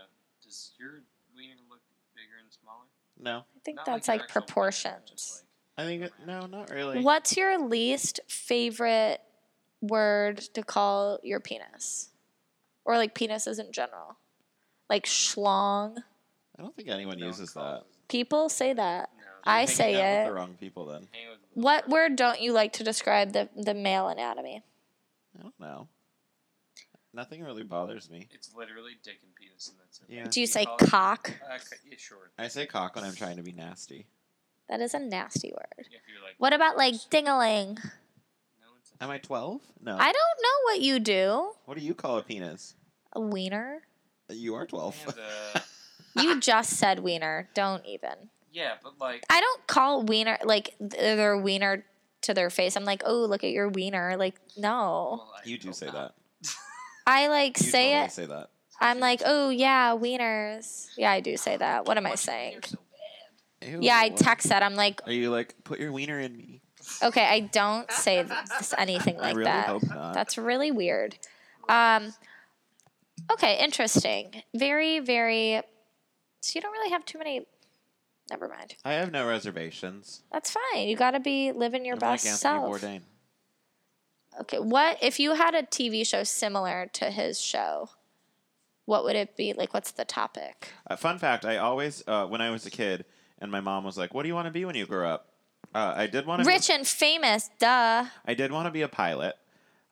[SPEAKER 3] does your wiener look bigger and smaller?
[SPEAKER 1] No,
[SPEAKER 2] I think
[SPEAKER 3] Not
[SPEAKER 2] that's
[SPEAKER 3] your
[SPEAKER 2] like
[SPEAKER 3] actual wiener,
[SPEAKER 2] proportions.
[SPEAKER 3] just
[SPEAKER 1] I think it, no, not really.
[SPEAKER 2] What's your least favorite word to call your penis? Or like penises in general? Like schlong.
[SPEAKER 1] I don't think anyone
[SPEAKER 3] No one
[SPEAKER 1] uses
[SPEAKER 3] calls
[SPEAKER 1] that.
[SPEAKER 3] it-
[SPEAKER 2] People say that.
[SPEAKER 3] No,
[SPEAKER 2] I
[SPEAKER 1] Hanging
[SPEAKER 2] say
[SPEAKER 1] out with
[SPEAKER 2] it.
[SPEAKER 1] the wrong people. Then
[SPEAKER 3] they hang with-
[SPEAKER 2] What word don't you like to describe the, the male anatomy?
[SPEAKER 1] I don't know. Nothing really bothers me.
[SPEAKER 3] It's literally dick and penis, and that's it.
[SPEAKER 1] Yeah.
[SPEAKER 2] Do you say
[SPEAKER 3] call it-
[SPEAKER 2] cock?
[SPEAKER 3] Uh, c- yeah, sure.
[SPEAKER 1] I say cock when I'm trying to be nasty.
[SPEAKER 2] That is a nasty word.
[SPEAKER 3] If you're like,
[SPEAKER 2] What about like dingaling?
[SPEAKER 3] No one says
[SPEAKER 1] Am I 12? No.
[SPEAKER 2] I don't know what you do.
[SPEAKER 1] what do you call a penis?
[SPEAKER 2] A wiener?
[SPEAKER 1] You are 12.
[SPEAKER 3] And, uh,
[SPEAKER 2] You just said wiener. Don't even.
[SPEAKER 3] yeah, but like,
[SPEAKER 2] I don't call wiener like th- their wiener to their face. I'm like, oh, look at your wiener. Like, no,
[SPEAKER 3] well, I
[SPEAKER 1] you do
[SPEAKER 3] don't
[SPEAKER 1] say
[SPEAKER 3] know.
[SPEAKER 1] that.
[SPEAKER 2] I like
[SPEAKER 1] You
[SPEAKER 2] say
[SPEAKER 1] totally
[SPEAKER 2] it.
[SPEAKER 1] say that.
[SPEAKER 2] I'm like, oh yeah, wieners. Yeah, I do say that. What am I
[SPEAKER 3] Watch your
[SPEAKER 2] saying?
[SPEAKER 3] wiener so bad.
[SPEAKER 2] Yeah, I
[SPEAKER 1] Ew.
[SPEAKER 2] text that. I'm like,
[SPEAKER 1] Are you like put your wiener in me?
[SPEAKER 2] okay, I don't say this, anything
[SPEAKER 1] I
[SPEAKER 2] like
[SPEAKER 1] really
[SPEAKER 2] that.
[SPEAKER 1] hope not.
[SPEAKER 2] That's really weird. Um, okay, interesting. Very, very. So you don't really have too many. Never mind.
[SPEAKER 1] I have no reservations.
[SPEAKER 2] That's fine. You got to be living your
[SPEAKER 1] I'm
[SPEAKER 2] best
[SPEAKER 1] like Anthony
[SPEAKER 2] self.
[SPEAKER 1] Bourdain.
[SPEAKER 2] Okay, what if you had a TV show similar to his show? What would it be? Like what's the topic?
[SPEAKER 1] Uh, fun fact: I always, uh, when I was a kid, and my mom was like, "What do you want to be when you grow up?" Uh, I did want to.
[SPEAKER 2] Rich and famous, duh.
[SPEAKER 1] Be, I did want to be a pilot.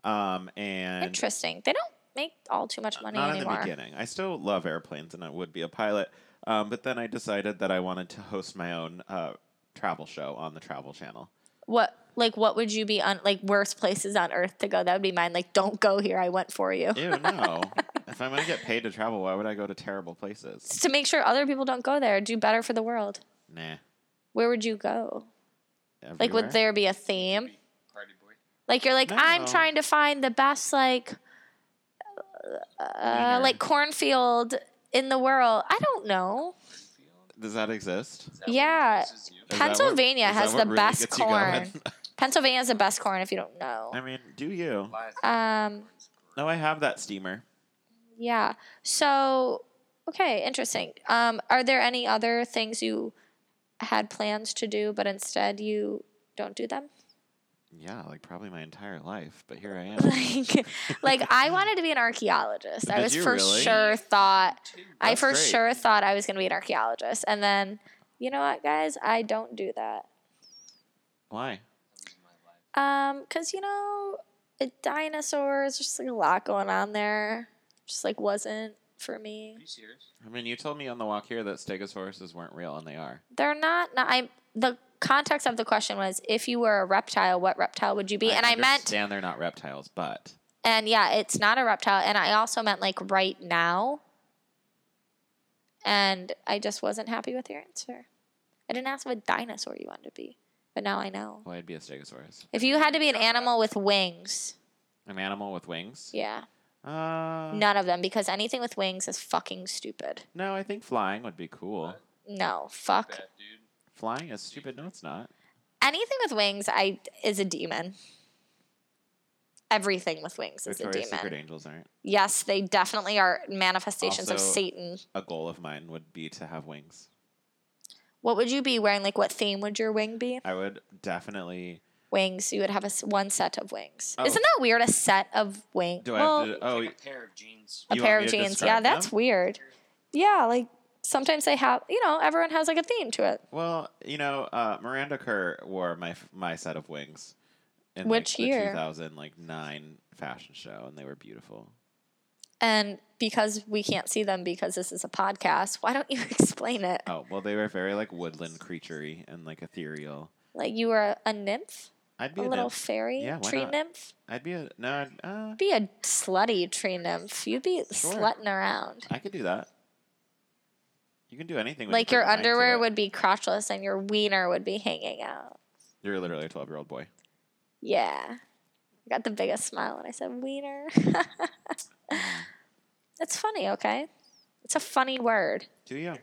[SPEAKER 1] Um, and
[SPEAKER 2] Interesting. They don't make all too much money
[SPEAKER 1] not
[SPEAKER 2] anymore.
[SPEAKER 1] in the beginning. I still love airplanes, and I would be a pilot. Um, but then I decided that I wanted to host my own uh, travel show on the Travel Channel.
[SPEAKER 2] What like what would you be on like worst places on earth to go? That would be mine. Like don't go here. I went for you.
[SPEAKER 1] Ew, no! if I'm gonna get paid to travel, why would I go to terrible places?
[SPEAKER 2] It's to make sure other people don't go there. Do better for the world.
[SPEAKER 1] Nah.
[SPEAKER 2] Where would you go? Like
[SPEAKER 1] Everywhere.
[SPEAKER 2] would there be a theme?
[SPEAKER 3] Be Party boy.
[SPEAKER 2] Like you're like I'm
[SPEAKER 1] No.
[SPEAKER 2] trying to find the best like uh,
[SPEAKER 1] Wiener.
[SPEAKER 2] like cornfield in the world. I don't know.
[SPEAKER 3] Field?
[SPEAKER 1] Does that exist?
[SPEAKER 3] Is that what
[SPEAKER 2] Yeah.
[SPEAKER 3] impresses you?
[SPEAKER 1] Is that what-
[SPEAKER 2] Pennsylvania
[SPEAKER 1] is that
[SPEAKER 2] has
[SPEAKER 1] what
[SPEAKER 2] the
[SPEAKER 1] really
[SPEAKER 2] best
[SPEAKER 1] gets you going?
[SPEAKER 2] Pennsylvania is the best corn if you don't know.
[SPEAKER 1] I mean, do you?
[SPEAKER 3] Lies.
[SPEAKER 2] Um,
[SPEAKER 1] No, I have that steamer.
[SPEAKER 2] Yeah. So, okay, interesting. Um, are there any other things you had plans to do, but instead you don't do them?
[SPEAKER 1] Yeah, like probably my entire life, but here I am.
[SPEAKER 2] like, like I wanted to be an archaeologist. I
[SPEAKER 1] Did
[SPEAKER 2] was
[SPEAKER 1] you
[SPEAKER 2] for
[SPEAKER 1] really?
[SPEAKER 2] sure thought
[SPEAKER 3] Two.
[SPEAKER 2] I
[SPEAKER 1] That's
[SPEAKER 2] for
[SPEAKER 1] great.
[SPEAKER 2] sure thought I was going to be an archaeologist, and then you know what, guys, I don't do that.
[SPEAKER 1] Why?
[SPEAKER 3] That was my life.
[SPEAKER 2] Um, cause you know, it, dinosaurs, just like a lot going on there. Just like wasn't for me.
[SPEAKER 3] Are you serious?
[SPEAKER 1] I mean, you told me on the walk here that stegosauruses weren't real, and they are.
[SPEAKER 2] They're not. not I. The context of the question was, if you were a reptile, what reptile would you be? and I meant,
[SPEAKER 1] understand they're not reptiles, but
[SPEAKER 2] and yeah, it's not a reptile. And I also meant like right now. And I just wasn't happy with your answer. I didn't ask what dinosaur you wanted to be, but now I know.
[SPEAKER 1] well, I'd be a stegosaurus,
[SPEAKER 2] If you had to be an animal with wings,
[SPEAKER 1] an animal with wings.
[SPEAKER 2] yeah,
[SPEAKER 1] Uh, no.
[SPEAKER 2] none of them, because anything with wings is fucking stupid.
[SPEAKER 1] I think flying would be cool.
[SPEAKER 3] What?
[SPEAKER 2] No, fuck.
[SPEAKER 3] Bad dude.
[SPEAKER 1] Flying is stupid. No, it's not.
[SPEAKER 2] Anything with wings, I is a demon. Everything with wings is a
[SPEAKER 1] Victoria's
[SPEAKER 2] demon.
[SPEAKER 1] Secret angels aren't.
[SPEAKER 2] Yes, they definitely are manifestations of
[SPEAKER 1] Also-
[SPEAKER 2] Satan.
[SPEAKER 1] A goal of mine would be to have wings.
[SPEAKER 2] What would you be wearing? Like, what theme would your wing be?
[SPEAKER 1] I would definitely.
[SPEAKER 2] Wings. You would have a s- one set of wings.
[SPEAKER 1] Oh.
[SPEAKER 2] Isn't that weird? A set of wings.
[SPEAKER 1] Do I
[SPEAKER 2] well,
[SPEAKER 1] have to?
[SPEAKER 3] It's
[SPEAKER 1] Oh,
[SPEAKER 3] like a pair of jeans.
[SPEAKER 2] a
[SPEAKER 1] you want
[SPEAKER 2] pair
[SPEAKER 1] me
[SPEAKER 2] of
[SPEAKER 1] to
[SPEAKER 2] jeans.
[SPEAKER 1] describe
[SPEAKER 2] Yeah, that's
[SPEAKER 1] them?
[SPEAKER 2] weird. Yeah, like sometimes they have. You know, everyone has like a theme to it.
[SPEAKER 1] Well, you know, uh, Miranda Kerr wore my my set of wings in
[SPEAKER 2] Which
[SPEAKER 1] like,
[SPEAKER 2] year?
[SPEAKER 1] the 2000 like nine fashion show, and they were beautiful.
[SPEAKER 2] And because we can't see them because this is a podcast, why don't you explain it?
[SPEAKER 1] Oh well, they were very like woodland creaturey and like ethereal.
[SPEAKER 2] Like you were a nymph.
[SPEAKER 1] I'd be a,
[SPEAKER 2] A little
[SPEAKER 1] nymph.
[SPEAKER 2] fairy
[SPEAKER 1] Yeah, why
[SPEAKER 2] tree
[SPEAKER 1] not?
[SPEAKER 2] nymph.
[SPEAKER 1] I'd be a no. I'd, uh,
[SPEAKER 2] Be a slutty tree nymph. You'd be
[SPEAKER 1] Sure.
[SPEAKER 2] slutting around.
[SPEAKER 1] I could do that. You can do anything. when you
[SPEAKER 2] Like
[SPEAKER 1] put
[SPEAKER 2] your
[SPEAKER 1] mind to
[SPEAKER 2] underwear
[SPEAKER 1] it.
[SPEAKER 2] would be crotchless and your wiener would be hanging out.
[SPEAKER 1] You're literally a twelve year old boy.
[SPEAKER 2] Yeah. I got the biggest smile when I said wiener. it's funny, okay? It's a funny word.
[SPEAKER 1] Do you?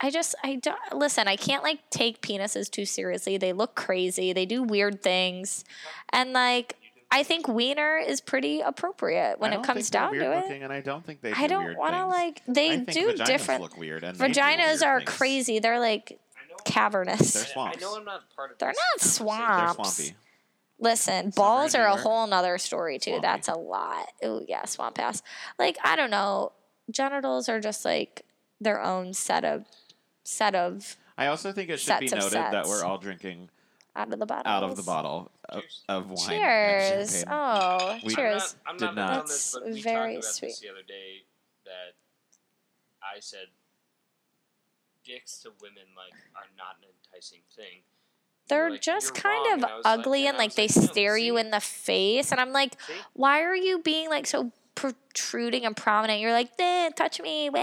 [SPEAKER 2] I just I don't listen, I can't like take penises too seriously. They look crazy. They do weird things. And like I think wiener is pretty appropriate when
[SPEAKER 1] I
[SPEAKER 2] it
[SPEAKER 1] don't
[SPEAKER 2] comes
[SPEAKER 1] think they're
[SPEAKER 2] down
[SPEAKER 1] weird
[SPEAKER 2] to it.
[SPEAKER 1] looking, and I don't think they. Do
[SPEAKER 2] I don't
[SPEAKER 1] weird
[SPEAKER 2] want to
[SPEAKER 1] things.
[SPEAKER 2] like
[SPEAKER 1] I
[SPEAKER 2] they
[SPEAKER 1] think
[SPEAKER 2] do
[SPEAKER 1] vaginas
[SPEAKER 2] different.
[SPEAKER 1] look weird, and they do weird
[SPEAKER 2] Vaginas are
[SPEAKER 1] things.
[SPEAKER 2] crazy. They're like
[SPEAKER 3] I know
[SPEAKER 1] They're
[SPEAKER 2] cavernous.
[SPEAKER 3] I-
[SPEAKER 1] swamps.
[SPEAKER 3] I know I'm not part of
[SPEAKER 2] They're
[SPEAKER 3] this
[SPEAKER 2] not
[SPEAKER 3] conversation.
[SPEAKER 1] They're
[SPEAKER 2] swamps.
[SPEAKER 1] swampy.
[SPEAKER 2] Listen,
[SPEAKER 1] Summer in
[SPEAKER 2] balls
[SPEAKER 1] New
[SPEAKER 2] are a
[SPEAKER 1] York.
[SPEAKER 2] whole nother story too.
[SPEAKER 1] Swampy.
[SPEAKER 2] That's a lot. Ooh, yeah, swamp ass. Like I don't know, genitals are just like their own set of set of
[SPEAKER 1] I also think it should be
[SPEAKER 2] Sets of
[SPEAKER 1] noted that
[SPEAKER 2] sets.
[SPEAKER 1] we're all drinking
[SPEAKER 2] out of the bottle.
[SPEAKER 1] out of the bottle of,
[SPEAKER 3] Cheers.
[SPEAKER 1] of wine. and
[SPEAKER 2] Cheers!
[SPEAKER 1] champagne.
[SPEAKER 2] Oh,
[SPEAKER 1] We-
[SPEAKER 3] I'm
[SPEAKER 2] cheers!
[SPEAKER 3] not, I'm
[SPEAKER 1] Did
[SPEAKER 3] not, big
[SPEAKER 1] not.
[SPEAKER 3] on
[SPEAKER 2] That's
[SPEAKER 3] this, but we
[SPEAKER 2] very
[SPEAKER 3] talked about this
[SPEAKER 2] sweet.
[SPEAKER 3] the other day that I said dicks to women like are not an enticing thing.
[SPEAKER 2] They're
[SPEAKER 3] like,
[SPEAKER 2] just
[SPEAKER 3] "You're
[SPEAKER 2] kind of
[SPEAKER 3] wrong," and I was like-
[SPEAKER 2] ugly
[SPEAKER 3] and
[SPEAKER 2] and
[SPEAKER 3] I
[SPEAKER 2] like
[SPEAKER 3] was
[SPEAKER 2] they
[SPEAKER 3] like, "No,
[SPEAKER 2] stare you
[SPEAKER 3] see?"
[SPEAKER 2] in the face, and I'm like,
[SPEAKER 3] See?
[SPEAKER 2] why are you being like so protruding and prominent? You're like, eh, touch me, wah,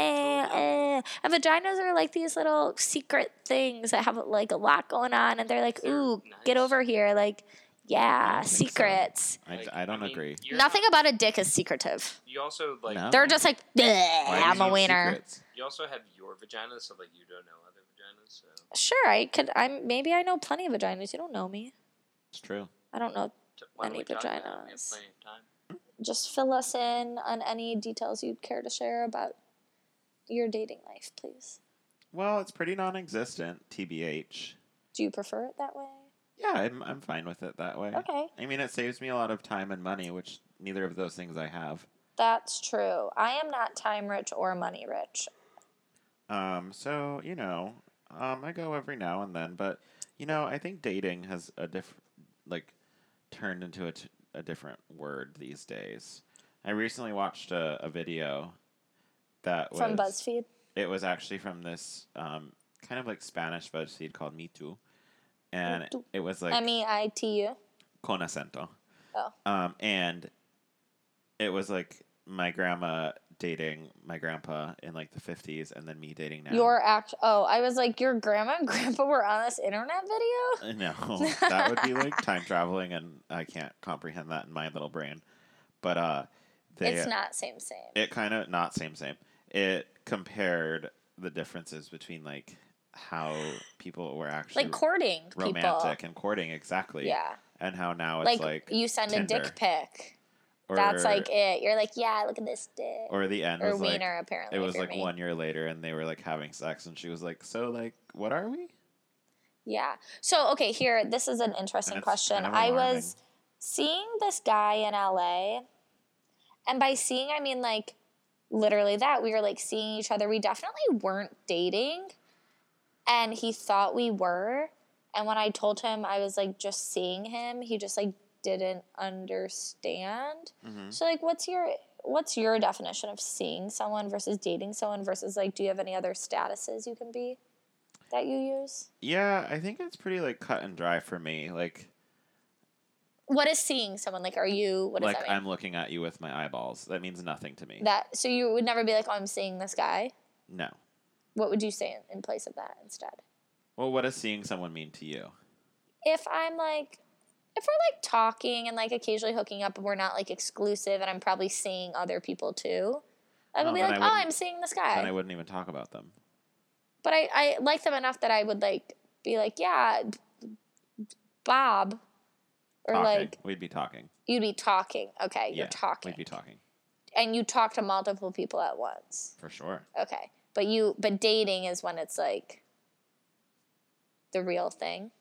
[SPEAKER 2] eh. And vaginas are like these little secret things that have like a lot going on, and they're like,
[SPEAKER 3] They're
[SPEAKER 2] ooh, get
[SPEAKER 3] nice.
[SPEAKER 2] over here, like, yeah,
[SPEAKER 1] don't think so.
[SPEAKER 2] secrets.
[SPEAKER 1] I,
[SPEAKER 3] Like,
[SPEAKER 1] I don't
[SPEAKER 3] mean,
[SPEAKER 1] agree.
[SPEAKER 3] you're
[SPEAKER 2] Nothing
[SPEAKER 3] not-
[SPEAKER 2] about a dick is secretive.
[SPEAKER 3] you also like
[SPEAKER 1] No.
[SPEAKER 2] They're just like, "Bleh,
[SPEAKER 1] Why do
[SPEAKER 2] I'm
[SPEAKER 1] you
[SPEAKER 2] a
[SPEAKER 1] need
[SPEAKER 2] wiener.
[SPEAKER 1] secrets?
[SPEAKER 3] you also have your vagina, so like you don't know other vaginas. So
[SPEAKER 2] Sure, I could. I'm maybe I know plenty of vaginas. You don't know me.
[SPEAKER 1] It's true.
[SPEAKER 2] I don't know.
[SPEAKER 3] t- why don't
[SPEAKER 2] Any
[SPEAKER 3] we talk about it? We have
[SPEAKER 2] vaginas.
[SPEAKER 3] plenty of time.
[SPEAKER 2] Just fill us in on any details you'd care to share about your dating life, please.
[SPEAKER 1] Well, it's pretty non-existent. TBH.
[SPEAKER 2] Do you prefer it that way?
[SPEAKER 1] Yeah, I'm I'm fine with it that way.
[SPEAKER 2] Okay.
[SPEAKER 1] I mean, it saves me a lot of time and money, which neither of those things I have.
[SPEAKER 2] That's true. I am not time rich or money rich.
[SPEAKER 1] Um, so you know, um, I go every now and then, but you know, I think dating has a diff like turned into a, t- a different word these days. I recently watched a, a video that was
[SPEAKER 2] From BuzzFeed.
[SPEAKER 1] It was actually from this um, kind of like Spanish BuzzFeed called Me Too, and
[SPEAKER 2] Too.
[SPEAKER 1] it was like
[SPEAKER 2] M E I T U.
[SPEAKER 1] con acento.
[SPEAKER 2] Oh.
[SPEAKER 1] Um, and it was like my grandma dating my grandpa in like the 50s and then me dating now.
[SPEAKER 2] Your act. Oh, I was like, your grandma and grandpa were on this internet video?
[SPEAKER 1] No, that would be like time traveling, and I can't comprehend that in my little brain. But uh, they, uh,
[SPEAKER 2] it's not same, same.
[SPEAKER 1] it kind of not same same. It compared the differences between like how people were actually
[SPEAKER 2] like courting
[SPEAKER 1] romantic
[SPEAKER 2] people.
[SPEAKER 1] and courting exactly,
[SPEAKER 2] Yeah.
[SPEAKER 1] and how now it's like,
[SPEAKER 2] Like, you send a
[SPEAKER 1] Tinder.
[SPEAKER 2] dick pic.
[SPEAKER 1] or,
[SPEAKER 2] That's like it. You're like, yeah, look at this dick. Or,
[SPEAKER 1] or the end was like
[SPEAKER 2] wiener, apparently.
[SPEAKER 1] it
[SPEAKER 2] if
[SPEAKER 1] was
[SPEAKER 2] you're
[SPEAKER 1] like
[SPEAKER 2] me.
[SPEAKER 1] one year later, and they were like having sex, and she was like, "So like, what are we?"
[SPEAKER 2] Yeah. So, okay, here, this is an interesting
[SPEAKER 1] That's
[SPEAKER 2] question.
[SPEAKER 1] kind of
[SPEAKER 2] I
[SPEAKER 1] alarming.
[SPEAKER 2] was seeing this guy in LA, and by seeing, I mean like literally that. We were like seeing each other. We definitely weren't dating, and he thought we were. And when I told him I was like just seeing him, he just like didn't understand.
[SPEAKER 1] hmm
[SPEAKER 2] So like what's your what's your definition of seeing someone versus dating someone versus like do you have any other statuses you can be that you use?
[SPEAKER 1] Yeah, I think it's pretty like cut and dry for me. Like,
[SPEAKER 2] what is seeing someone like are you what does
[SPEAKER 1] like
[SPEAKER 2] that mean
[SPEAKER 1] I'm looking at you with my eyeballs. That means nothing to me.
[SPEAKER 2] that so you would never be like oh i'm seeing this guy
[SPEAKER 1] no.
[SPEAKER 2] what would you say in, in place of that instead
[SPEAKER 1] Well, what does seeing someone mean to you?
[SPEAKER 2] if i'm like if we're like talking and like occasionally hooking up but we're not like exclusive and i'm probably seeing other people too i would
[SPEAKER 1] Oh,
[SPEAKER 2] be
[SPEAKER 1] then
[SPEAKER 2] like
[SPEAKER 1] I
[SPEAKER 2] oh
[SPEAKER 1] wouldn't-
[SPEAKER 2] i'm seeing this
[SPEAKER 1] Then
[SPEAKER 2] guy
[SPEAKER 1] I wouldn't even talk about them.
[SPEAKER 2] but I, I like them enough that i would like be like yeah b- bob or
[SPEAKER 1] talking.
[SPEAKER 2] like
[SPEAKER 1] we'd be talking.
[SPEAKER 2] you'd be talking okay
[SPEAKER 1] yeah,
[SPEAKER 2] you're talking
[SPEAKER 1] We'd be talking
[SPEAKER 2] and you talk to multiple people at once
[SPEAKER 1] for sure.
[SPEAKER 2] Okay. But you but dating is when it's like the real thing.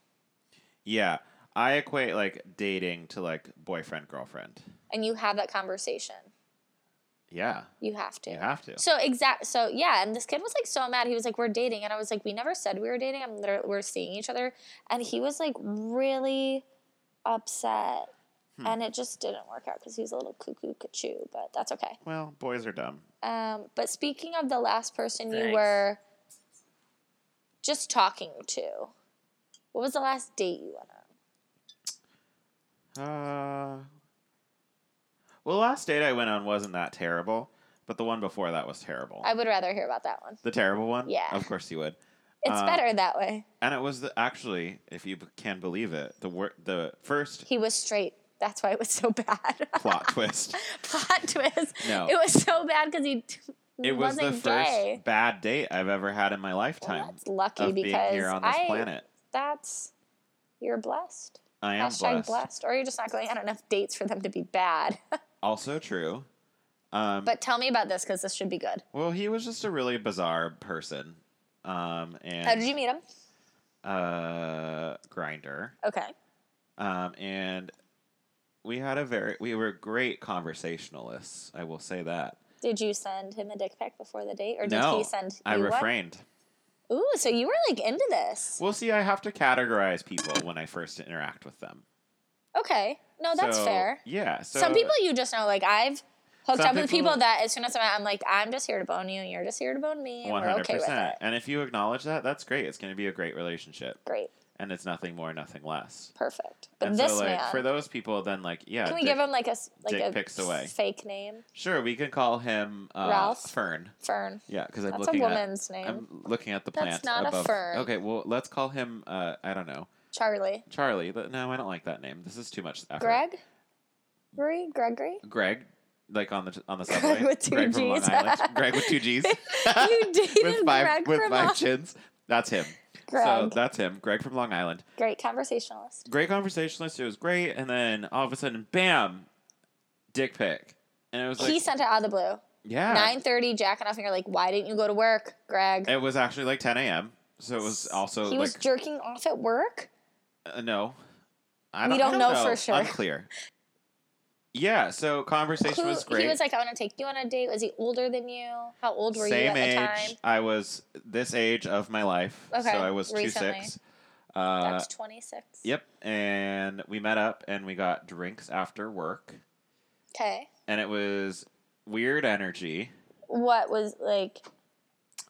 [SPEAKER 1] Yeah, I equate like dating to like boyfriend girlfriend.
[SPEAKER 2] And you have that conversation.
[SPEAKER 1] Yeah,
[SPEAKER 2] You have to.
[SPEAKER 1] you have to.
[SPEAKER 2] So exact so yeah, and this kid was like so mad. He was like, We're dating and I was like, We never said we were dating. I'm literally we're seeing each other. And he was like really upset.
[SPEAKER 1] Hmm.
[SPEAKER 2] And it just didn't work out because he's a little cuckoo cachoo, but that's okay.
[SPEAKER 1] well, boys are dumb.
[SPEAKER 2] Um, but speaking of the last person you
[SPEAKER 3] Thanks.
[SPEAKER 2] were just talking to, what was the last date you went on?
[SPEAKER 1] Uh, well, last date I went on wasn't that terrible, but the one before that was terrible.
[SPEAKER 2] I would rather hear about that one.
[SPEAKER 1] the terrible one?
[SPEAKER 2] Yeah.
[SPEAKER 1] Of course you would.
[SPEAKER 2] It's
[SPEAKER 1] Uh,
[SPEAKER 2] better that way.
[SPEAKER 1] And it was the, actually, if you b- can believe it, the wor- the first
[SPEAKER 2] He was straight. That's why it was so bad.
[SPEAKER 1] plot twist.
[SPEAKER 2] Plot twist.
[SPEAKER 1] No.
[SPEAKER 2] It was so bad because he t-
[SPEAKER 1] It was
[SPEAKER 2] wasn't
[SPEAKER 1] the first
[SPEAKER 2] gay.
[SPEAKER 1] bad date I've ever had in my
[SPEAKER 2] Well,
[SPEAKER 1] lifetime
[SPEAKER 2] that's lucky
[SPEAKER 1] of
[SPEAKER 2] because
[SPEAKER 1] being here on this
[SPEAKER 2] I,
[SPEAKER 1] planet.
[SPEAKER 2] That's you're blessed.
[SPEAKER 1] I am
[SPEAKER 2] Hashtag
[SPEAKER 1] blessed. Mm.
[SPEAKER 2] blessed. Or you're just not going on enough dates for them to be bad.
[SPEAKER 1] Also true. Um,
[SPEAKER 2] but tell me about this because this should be good.
[SPEAKER 1] well, he was just a really bizarre person. Um, and
[SPEAKER 2] How Oh, did you meet him?
[SPEAKER 1] uh, grinder.
[SPEAKER 2] Okay.
[SPEAKER 1] Um, and we had a very we were great conversationalists. I will say that.
[SPEAKER 2] Did you send him a dick pic before the date, or did
[SPEAKER 1] no,
[SPEAKER 2] he send?
[SPEAKER 1] I
[SPEAKER 2] you one?
[SPEAKER 1] refrained.
[SPEAKER 2] Ooh, so you were like into this.
[SPEAKER 1] Well, see, I have to categorize people when I first interact with them.
[SPEAKER 2] Okay. No, Oh, that's
[SPEAKER 1] So,
[SPEAKER 2] fair.
[SPEAKER 1] Yeah. So
[SPEAKER 2] some people you just know, like I've hooked
[SPEAKER 1] Some
[SPEAKER 2] up with
[SPEAKER 1] people-
[SPEAKER 2] people that as soon as I'm out, I'm like, I'm just here to bone you, and you're just here to bone me, and
[SPEAKER 1] One
[SPEAKER 2] we're
[SPEAKER 1] hundred
[SPEAKER 2] okay with
[SPEAKER 1] percent.
[SPEAKER 2] it.
[SPEAKER 1] And if you acknowledge that, that's great. It's going to be a great relationship,
[SPEAKER 2] Great,
[SPEAKER 1] and it's nothing more, nothing less.
[SPEAKER 2] perfect. But
[SPEAKER 1] and
[SPEAKER 2] this
[SPEAKER 1] so, like,
[SPEAKER 2] man,
[SPEAKER 1] for those people, then like, yeah,
[SPEAKER 2] can we
[SPEAKER 1] dick-
[SPEAKER 2] give him like a s- like
[SPEAKER 1] dick
[SPEAKER 2] a
[SPEAKER 1] pics away.
[SPEAKER 2] fake name,
[SPEAKER 1] Sure, we can call him uh,
[SPEAKER 2] Ralph?
[SPEAKER 1] Fern.
[SPEAKER 2] Fern?
[SPEAKER 1] Yeah, because I'm
[SPEAKER 2] That's a
[SPEAKER 1] looking at
[SPEAKER 2] woman's name,
[SPEAKER 1] I'm looking at the plant.
[SPEAKER 2] That's not a
[SPEAKER 1] above.
[SPEAKER 2] fern.
[SPEAKER 1] Okay, well, let's call him. Uh, I don't know,
[SPEAKER 2] Charlie,
[SPEAKER 1] Charlie. Th- No, I don't like that name. This is too much effort.
[SPEAKER 2] Greg, Gregory, Gregory.
[SPEAKER 1] Greg, like on the on the
[SPEAKER 2] Greg
[SPEAKER 1] subway.
[SPEAKER 2] with two
[SPEAKER 1] Greg from Long
[SPEAKER 2] Gs.
[SPEAKER 1] Island. Greg with two G's.
[SPEAKER 2] you dated
[SPEAKER 1] with five
[SPEAKER 2] Greg
[SPEAKER 1] with
[SPEAKER 2] from
[SPEAKER 1] five
[SPEAKER 2] Long-
[SPEAKER 1] chins. That's him. So
[SPEAKER 2] Greg.
[SPEAKER 1] that's him. Greg from Long Island.
[SPEAKER 2] Great conversationalist.
[SPEAKER 1] Great conversationalist. It was great, and then all of a sudden, bam, dick pic, and it was like,
[SPEAKER 2] he sent it out of the blue.
[SPEAKER 1] yeah,
[SPEAKER 2] Nine thirty, jacking off, and you're like, "Why didn't you go to work, Greg?"
[SPEAKER 1] It was actually like 10 a.m. So it was also
[SPEAKER 2] he
[SPEAKER 1] like
[SPEAKER 2] was jerking off at work.
[SPEAKER 1] uh, no. I
[SPEAKER 2] We
[SPEAKER 1] don't,
[SPEAKER 2] don't
[SPEAKER 1] I
[SPEAKER 2] know for sure.
[SPEAKER 1] Unclear. Yeah, so conversation
[SPEAKER 2] Who-
[SPEAKER 1] was great.
[SPEAKER 2] He was like, "I want to take you on a date." Was he older than you? How old were
[SPEAKER 1] Same
[SPEAKER 2] you at
[SPEAKER 1] age.
[SPEAKER 2] the time?
[SPEAKER 1] I was this age of my life.
[SPEAKER 2] Okay,
[SPEAKER 1] So I was two
[SPEAKER 2] recently.
[SPEAKER 1] six. Uh,
[SPEAKER 2] That's twenty six.
[SPEAKER 1] yep. And we met up and we got drinks after work.
[SPEAKER 2] Okay.
[SPEAKER 1] And it was weird energy.
[SPEAKER 2] What was like?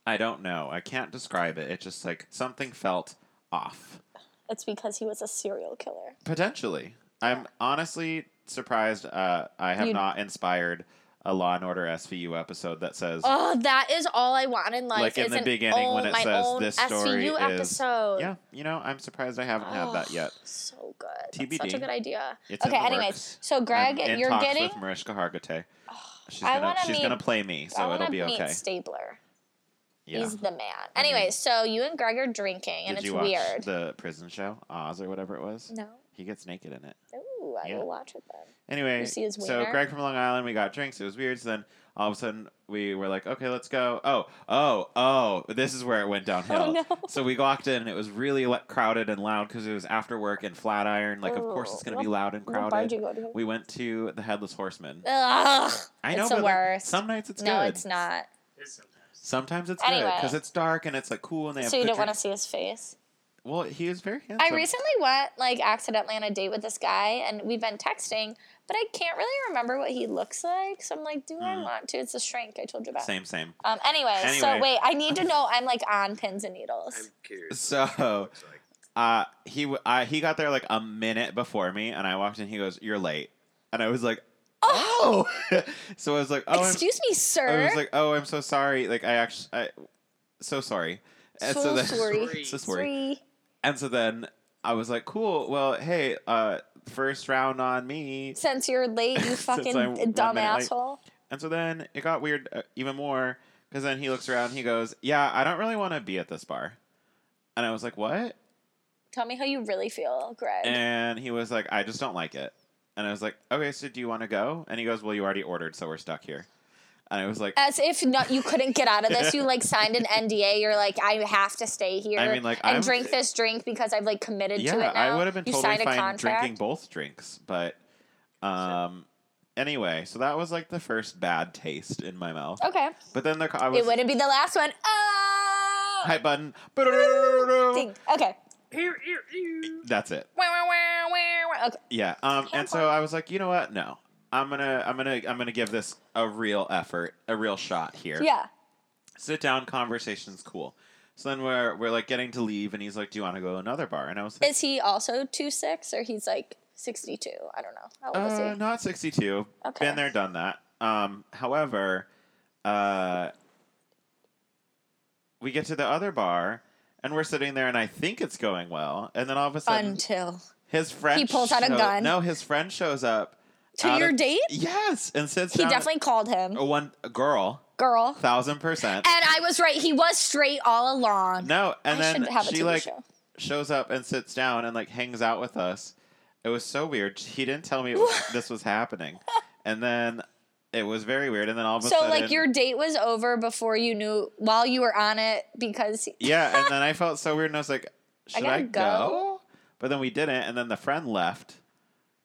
[SPEAKER 1] I don't know. I can't describe it. It just like something felt off.
[SPEAKER 2] It's because he was a serial killer.
[SPEAKER 1] Potentially. I'm honestly surprised uh, I have
[SPEAKER 2] You-
[SPEAKER 1] not inspired a Law and Order SVU episode that says,
[SPEAKER 2] Oh, that is all I want in life.
[SPEAKER 1] Like in
[SPEAKER 2] is
[SPEAKER 1] the
[SPEAKER 2] an
[SPEAKER 1] beginning when
[SPEAKER 2] own-
[SPEAKER 1] it
[SPEAKER 2] my
[SPEAKER 1] says
[SPEAKER 2] own
[SPEAKER 1] this story
[SPEAKER 2] SVU
[SPEAKER 1] is-
[SPEAKER 2] episode.
[SPEAKER 1] yeah, you know, I'm surprised I haven't had that
[SPEAKER 2] Oh,
[SPEAKER 1] yet.
[SPEAKER 2] So good. That's such
[SPEAKER 1] TBD.
[SPEAKER 2] a good idea.
[SPEAKER 1] It's in
[SPEAKER 2] okay.
[SPEAKER 1] the
[SPEAKER 2] Anyways,
[SPEAKER 1] works.
[SPEAKER 2] so Greg,
[SPEAKER 1] I'm in
[SPEAKER 2] you're
[SPEAKER 1] talks
[SPEAKER 2] getting. Oh,
[SPEAKER 1] with Mariska Hargitay. She's
[SPEAKER 2] I
[SPEAKER 1] gonna
[SPEAKER 2] wanna
[SPEAKER 1] she's
[SPEAKER 2] meet-
[SPEAKER 1] gonna play me,
[SPEAKER 2] I
[SPEAKER 1] so
[SPEAKER 2] want
[SPEAKER 1] it'll
[SPEAKER 2] to
[SPEAKER 1] be
[SPEAKER 2] meet
[SPEAKER 1] okay.
[SPEAKER 2] Stabler.
[SPEAKER 1] yeah. Mm-hmm.
[SPEAKER 2] He's the man. Anyway, so you and Greg are drinking, and
[SPEAKER 1] Did
[SPEAKER 2] it's
[SPEAKER 1] you watch
[SPEAKER 2] weird.
[SPEAKER 1] the prison show Oz or whatever it was?
[SPEAKER 2] no.
[SPEAKER 1] He gets naked in it.
[SPEAKER 2] Ooh, I
[SPEAKER 1] Yeah.
[SPEAKER 2] will watch it then.
[SPEAKER 1] Anyway,
[SPEAKER 2] You see his
[SPEAKER 1] so
[SPEAKER 2] wiener?
[SPEAKER 1] Greg from Long Island, we got drinks. It was weird. So then all of a sudden we were like, okay, let's go. Oh, oh, oh, this is where it went downhill.
[SPEAKER 2] Oh, no.
[SPEAKER 1] So we walked in and it was really like, crowded and loud because it was after work and Flatiron. Like, of course it's going to be
[SPEAKER 2] Ooh,
[SPEAKER 1] loud and
[SPEAKER 2] What bar did Oh, you
[SPEAKER 1] crowded.
[SPEAKER 2] go to?
[SPEAKER 1] We went to the Headless Horseman.
[SPEAKER 2] Ugh,
[SPEAKER 1] I know,
[SPEAKER 2] it's the
[SPEAKER 1] but like,
[SPEAKER 2] worst.
[SPEAKER 1] some nights it's
[SPEAKER 2] no,
[SPEAKER 1] good.
[SPEAKER 2] it's not.
[SPEAKER 3] It's sometimes.
[SPEAKER 1] Sometimes it's good
[SPEAKER 2] Anyway.
[SPEAKER 1] because it's dark and it's like cool and they have.
[SPEAKER 2] So you
[SPEAKER 1] good
[SPEAKER 2] didn't want to
[SPEAKER 1] drinks.
[SPEAKER 2] see his face.
[SPEAKER 1] Well, he was very handsome.
[SPEAKER 2] I recently went like accidentally on a date with this guy, and we've been texting, but I can't really remember what he looks like. So I'm like, do I
[SPEAKER 1] Mm.
[SPEAKER 2] want to? It's a shrink I told you about.
[SPEAKER 1] Same, same.
[SPEAKER 2] Um. Anyway, so
[SPEAKER 1] Anyway.
[SPEAKER 2] wait, I need to know. I'm like on pins and needles.
[SPEAKER 3] I'm curious.
[SPEAKER 1] So.
[SPEAKER 3] Looks like.
[SPEAKER 1] uh he w- I, he got there like a minute before me and i walked in he goes you're late and i was like oh so i was like oh
[SPEAKER 2] Excuse me,
[SPEAKER 1] I'm,
[SPEAKER 2] sir.
[SPEAKER 1] i was like oh i'm so sorry like i actually i so sorry and
[SPEAKER 2] So sorry.
[SPEAKER 1] so sorry and so then i was like cool well hey uh first round on me
[SPEAKER 2] Since you're late, you
[SPEAKER 1] Since
[SPEAKER 2] fucking
[SPEAKER 1] I'm one
[SPEAKER 2] dumb
[SPEAKER 1] minute late.
[SPEAKER 2] asshole.
[SPEAKER 1] and so then it got weird uh, even more because then he looks around and he goes yeah i don't really want to be at this bar and i was like what
[SPEAKER 2] Tell me how you really feel, Greg.
[SPEAKER 1] And he was like, I just don't like it. And I was like, okay, so do you want to go? And he goes, well, you already ordered, so we're stuck here. And I was like,
[SPEAKER 2] As if not, you couldn't get out of this. You like signed an NDA. You're like, I have to stay here
[SPEAKER 1] I mean, like,
[SPEAKER 2] and
[SPEAKER 1] I'm-
[SPEAKER 2] drink this drink because I've like committed
[SPEAKER 1] yeah,
[SPEAKER 2] to it. Now.
[SPEAKER 1] I would have been
[SPEAKER 2] you
[SPEAKER 1] totally
[SPEAKER 2] signed a
[SPEAKER 1] fine
[SPEAKER 2] contract.
[SPEAKER 1] drinking both drinks. But um, anyway, so that was like the first bad taste in my mouth.
[SPEAKER 2] Okay,
[SPEAKER 1] But then the, co- I
[SPEAKER 2] Oh. it
[SPEAKER 1] was,
[SPEAKER 2] wouldn't be the last one. Oh,
[SPEAKER 1] hype button.
[SPEAKER 2] Ding. okay.
[SPEAKER 3] Ew, ew, ew.
[SPEAKER 1] That's it.
[SPEAKER 2] Wah, wah, wah, wah, wah. okay.
[SPEAKER 1] Yeah. Um, and so
[SPEAKER 2] Handball.
[SPEAKER 1] I was like, you know what? No. I'm gonna, I'm gonna, I'm gonna give this a real effort, a real shot here.
[SPEAKER 2] Yeah.
[SPEAKER 1] sit down conversation's cool so then we're we're like getting to leave and he's like do you want to go to another bar and i was like
[SPEAKER 2] Is he also two six or he's like 62. I don't know. How old
[SPEAKER 1] Uh,
[SPEAKER 2] is he?
[SPEAKER 1] not 62.
[SPEAKER 2] Okay.
[SPEAKER 1] Been there, done that. Um, however, uh, we get to the other bar and we're sitting there and I think it's going well. And then all of a sudden,
[SPEAKER 2] Until
[SPEAKER 1] his friend.
[SPEAKER 2] He pulls out a
[SPEAKER 1] show-
[SPEAKER 2] gun.
[SPEAKER 1] No, his friend shows up.
[SPEAKER 2] to
[SPEAKER 1] out
[SPEAKER 2] your
[SPEAKER 1] of-
[SPEAKER 2] date,
[SPEAKER 1] Yes. And sits
[SPEAKER 2] he
[SPEAKER 1] down.
[SPEAKER 2] definitely called him
[SPEAKER 1] a one a girl,
[SPEAKER 2] girl.
[SPEAKER 1] thousand percent.
[SPEAKER 2] And I was right. He was straight all along.
[SPEAKER 1] No, and
[SPEAKER 2] I
[SPEAKER 1] then
[SPEAKER 2] should have a
[SPEAKER 1] she
[SPEAKER 2] TV
[SPEAKER 1] like
[SPEAKER 2] show.
[SPEAKER 1] shows up and sits down and like hangs out with us. It was so weird. He didn't tell me it was, this was happening, and then it was very weird. And then all of a
[SPEAKER 2] So
[SPEAKER 1] sudden,
[SPEAKER 2] like your date was over before you knew while you were on it because
[SPEAKER 1] yeah. And then I felt so weird, and I was like, should I,
[SPEAKER 2] gotta
[SPEAKER 1] go?
[SPEAKER 2] go.
[SPEAKER 1] But then we didn't, and then the friend left.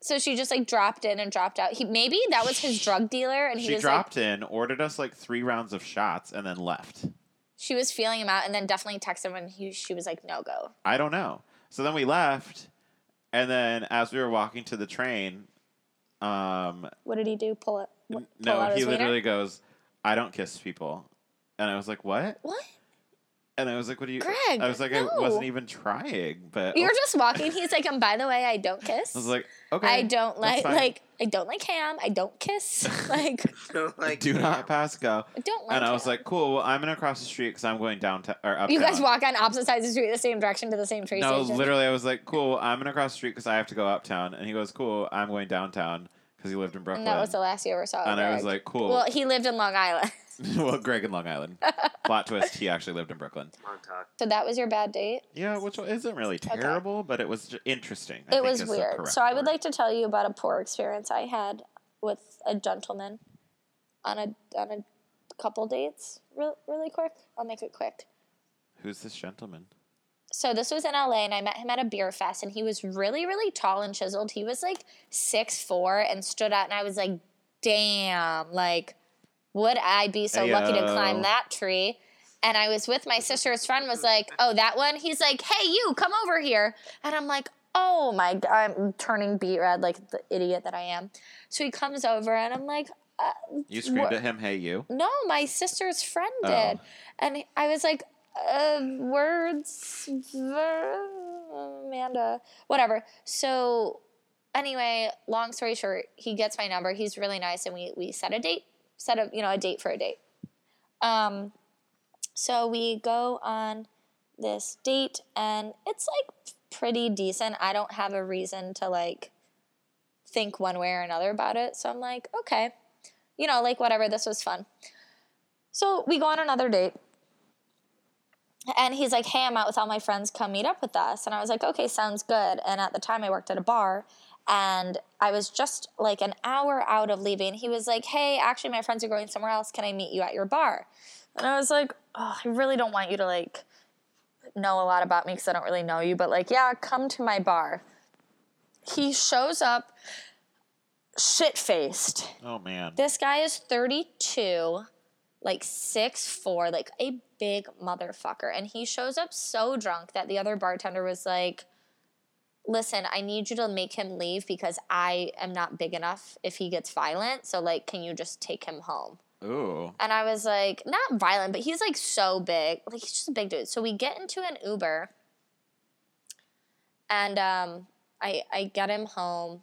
[SPEAKER 2] so she just like dropped in and dropped out. He maybe that was his drug dealer and he
[SPEAKER 1] She
[SPEAKER 2] was like
[SPEAKER 1] dropped in, ordered us like three rounds of shots, and then left.
[SPEAKER 2] she was feeling him out and then definitely texted him and he she was like no go.
[SPEAKER 1] I don't know. So then we left, and then as we were walking to the train, um,
[SPEAKER 2] What did he do? Pull it. wh- Pull
[SPEAKER 1] no,
[SPEAKER 2] out
[SPEAKER 1] he
[SPEAKER 2] his wiener?
[SPEAKER 1] literally goes, "I don't kiss people," and I was like, "What?"
[SPEAKER 2] What?
[SPEAKER 1] And I was like, "What do you?"
[SPEAKER 2] Greg,
[SPEAKER 1] I was like,
[SPEAKER 2] no.
[SPEAKER 1] "I wasn't even trying," but
[SPEAKER 2] You're just walking. He's like, and by the way, I don't kiss.
[SPEAKER 1] I was like, "Okay."
[SPEAKER 2] I don't
[SPEAKER 1] that's
[SPEAKER 2] like
[SPEAKER 1] fine.
[SPEAKER 2] like I don't like ham. I don't kiss. like
[SPEAKER 3] like,
[SPEAKER 1] do not pass go.
[SPEAKER 2] I don't like.
[SPEAKER 1] And I was
[SPEAKER 2] ham.
[SPEAKER 1] like, "Cool, well, I'm gonna cross the street because I'm going downtown or up."
[SPEAKER 2] you guys walk on opposite sides of the street, the same direction to the same train
[SPEAKER 1] No,
[SPEAKER 2] station.
[SPEAKER 1] literally, I was like, "Cool, I'm gonna cross the street because I have to go uptown," and he goes, "Cool, I'm going downtown." Because he lived in Brooklyn,
[SPEAKER 2] and that was the last year we saw.
[SPEAKER 1] And I was
[SPEAKER 2] Greg.
[SPEAKER 1] like, "Cool."
[SPEAKER 2] well, he lived in Long Island,
[SPEAKER 1] well, Greg in Long Island. Plot twist: He actually lived in Brooklyn.
[SPEAKER 3] Montauk.
[SPEAKER 2] so that was your bad date.
[SPEAKER 1] Yeah, which isn't really terrible, but it was ju- interesting. I
[SPEAKER 2] it
[SPEAKER 1] think
[SPEAKER 2] was
[SPEAKER 1] is the
[SPEAKER 2] weird.
[SPEAKER 1] correct
[SPEAKER 2] So I would
[SPEAKER 1] word.
[SPEAKER 2] like to tell you about a poor experience I had with a gentleman on a on a couple dates, re- really quick. I'll make it quick.
[SPEAKER 1] Who's this gentleman?
[SPEAKER 2] So this was in LA, and I met him at a beer fest, and he was really, really tall and chiseled. He was like six four and stood out, and I was like, "Damn! Like, would I be so lucky to
[SPEAKER 1] Ayo.
[SPEAKER 2] climb that tree?" And I was with my sister's friend. Was like, "Oh, that one." He's like, "Hey, you, come over here," and I'm like, "Oh my god!" I'm turning beet red like the idiot that I am. So he comes over, and I'm like,
[SPEAKER 1] You screamed
[SPEAKER 2] Wha-
[SPEAKER 1] at him, "Hey, you!"
[SPEAKER 2] no, my sister's friend
[SPEAKER 1] Oh.
[SPEAKER 2] did. And I was like, uh, words, ver- Amanda, whatever. So, anyway, long story short, he gets my number. He's really nice, and we we set a date, set a you know a date for a date. Um, so we go on this date, and it's like pretty decent. I don't have a reason to like think one way or another about it. So I'm like, okay, you know, like whatever. This was fun. So we go on another date. And he's like, hey, I'm out with all my friends. Come meet up with us. And I was like, okay, sounds good. And at the time, I worked at a bar. And I was just like an hour out of leaving. He was like, hey, actually, my friends are going somewhere else. Can I meet you at your bar? And I was like, oh, I really don't want you to like know a lot about me because I don't really know you. But like, yeah, come to my bar. He shows up shit faced
[SPEAKER 1] Oh man,
[SPEAKER 2] this guy is 32 like six four like a big motherfucker and he shows up so drunk that the other bartender was like listen i need you to make him leave because i am not big enough if he gets violent so like can you just take him home
[SPEAKER 1] ooh,
[SPEAKER 2] and I was like, not violent, but he's like so big. Like he's just a big dude. So we get into an Uber and um I I get him home.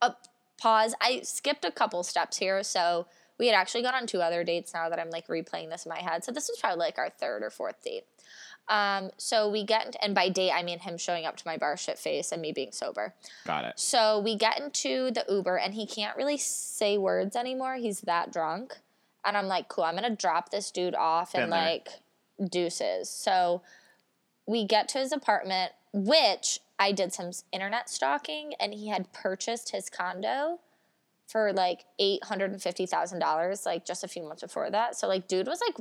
[SPEAKER 2] Uh, pause. I skipped a couple steps here, so we had actually gone on two other dates now that I'm like replaying this in my head. So this was probably like our third or fourth date. Um, so we get into, and by date I mean him showing up to my bar shit face and me being sober.
[SPEAKER 1] got it.
[SPEAKER 2] So we get into the Uber and he can't really say words anymore. He's that drunk. And I'm like, cool, I'm going to drop this dude off and
[SPEAKER 1] Been there.
[SPEAKER 2] like deuces. So we get to his apartment, which I did some s- internet stalking and he had purchased his condo for like $850,000 like just a few months before that. So like dude was like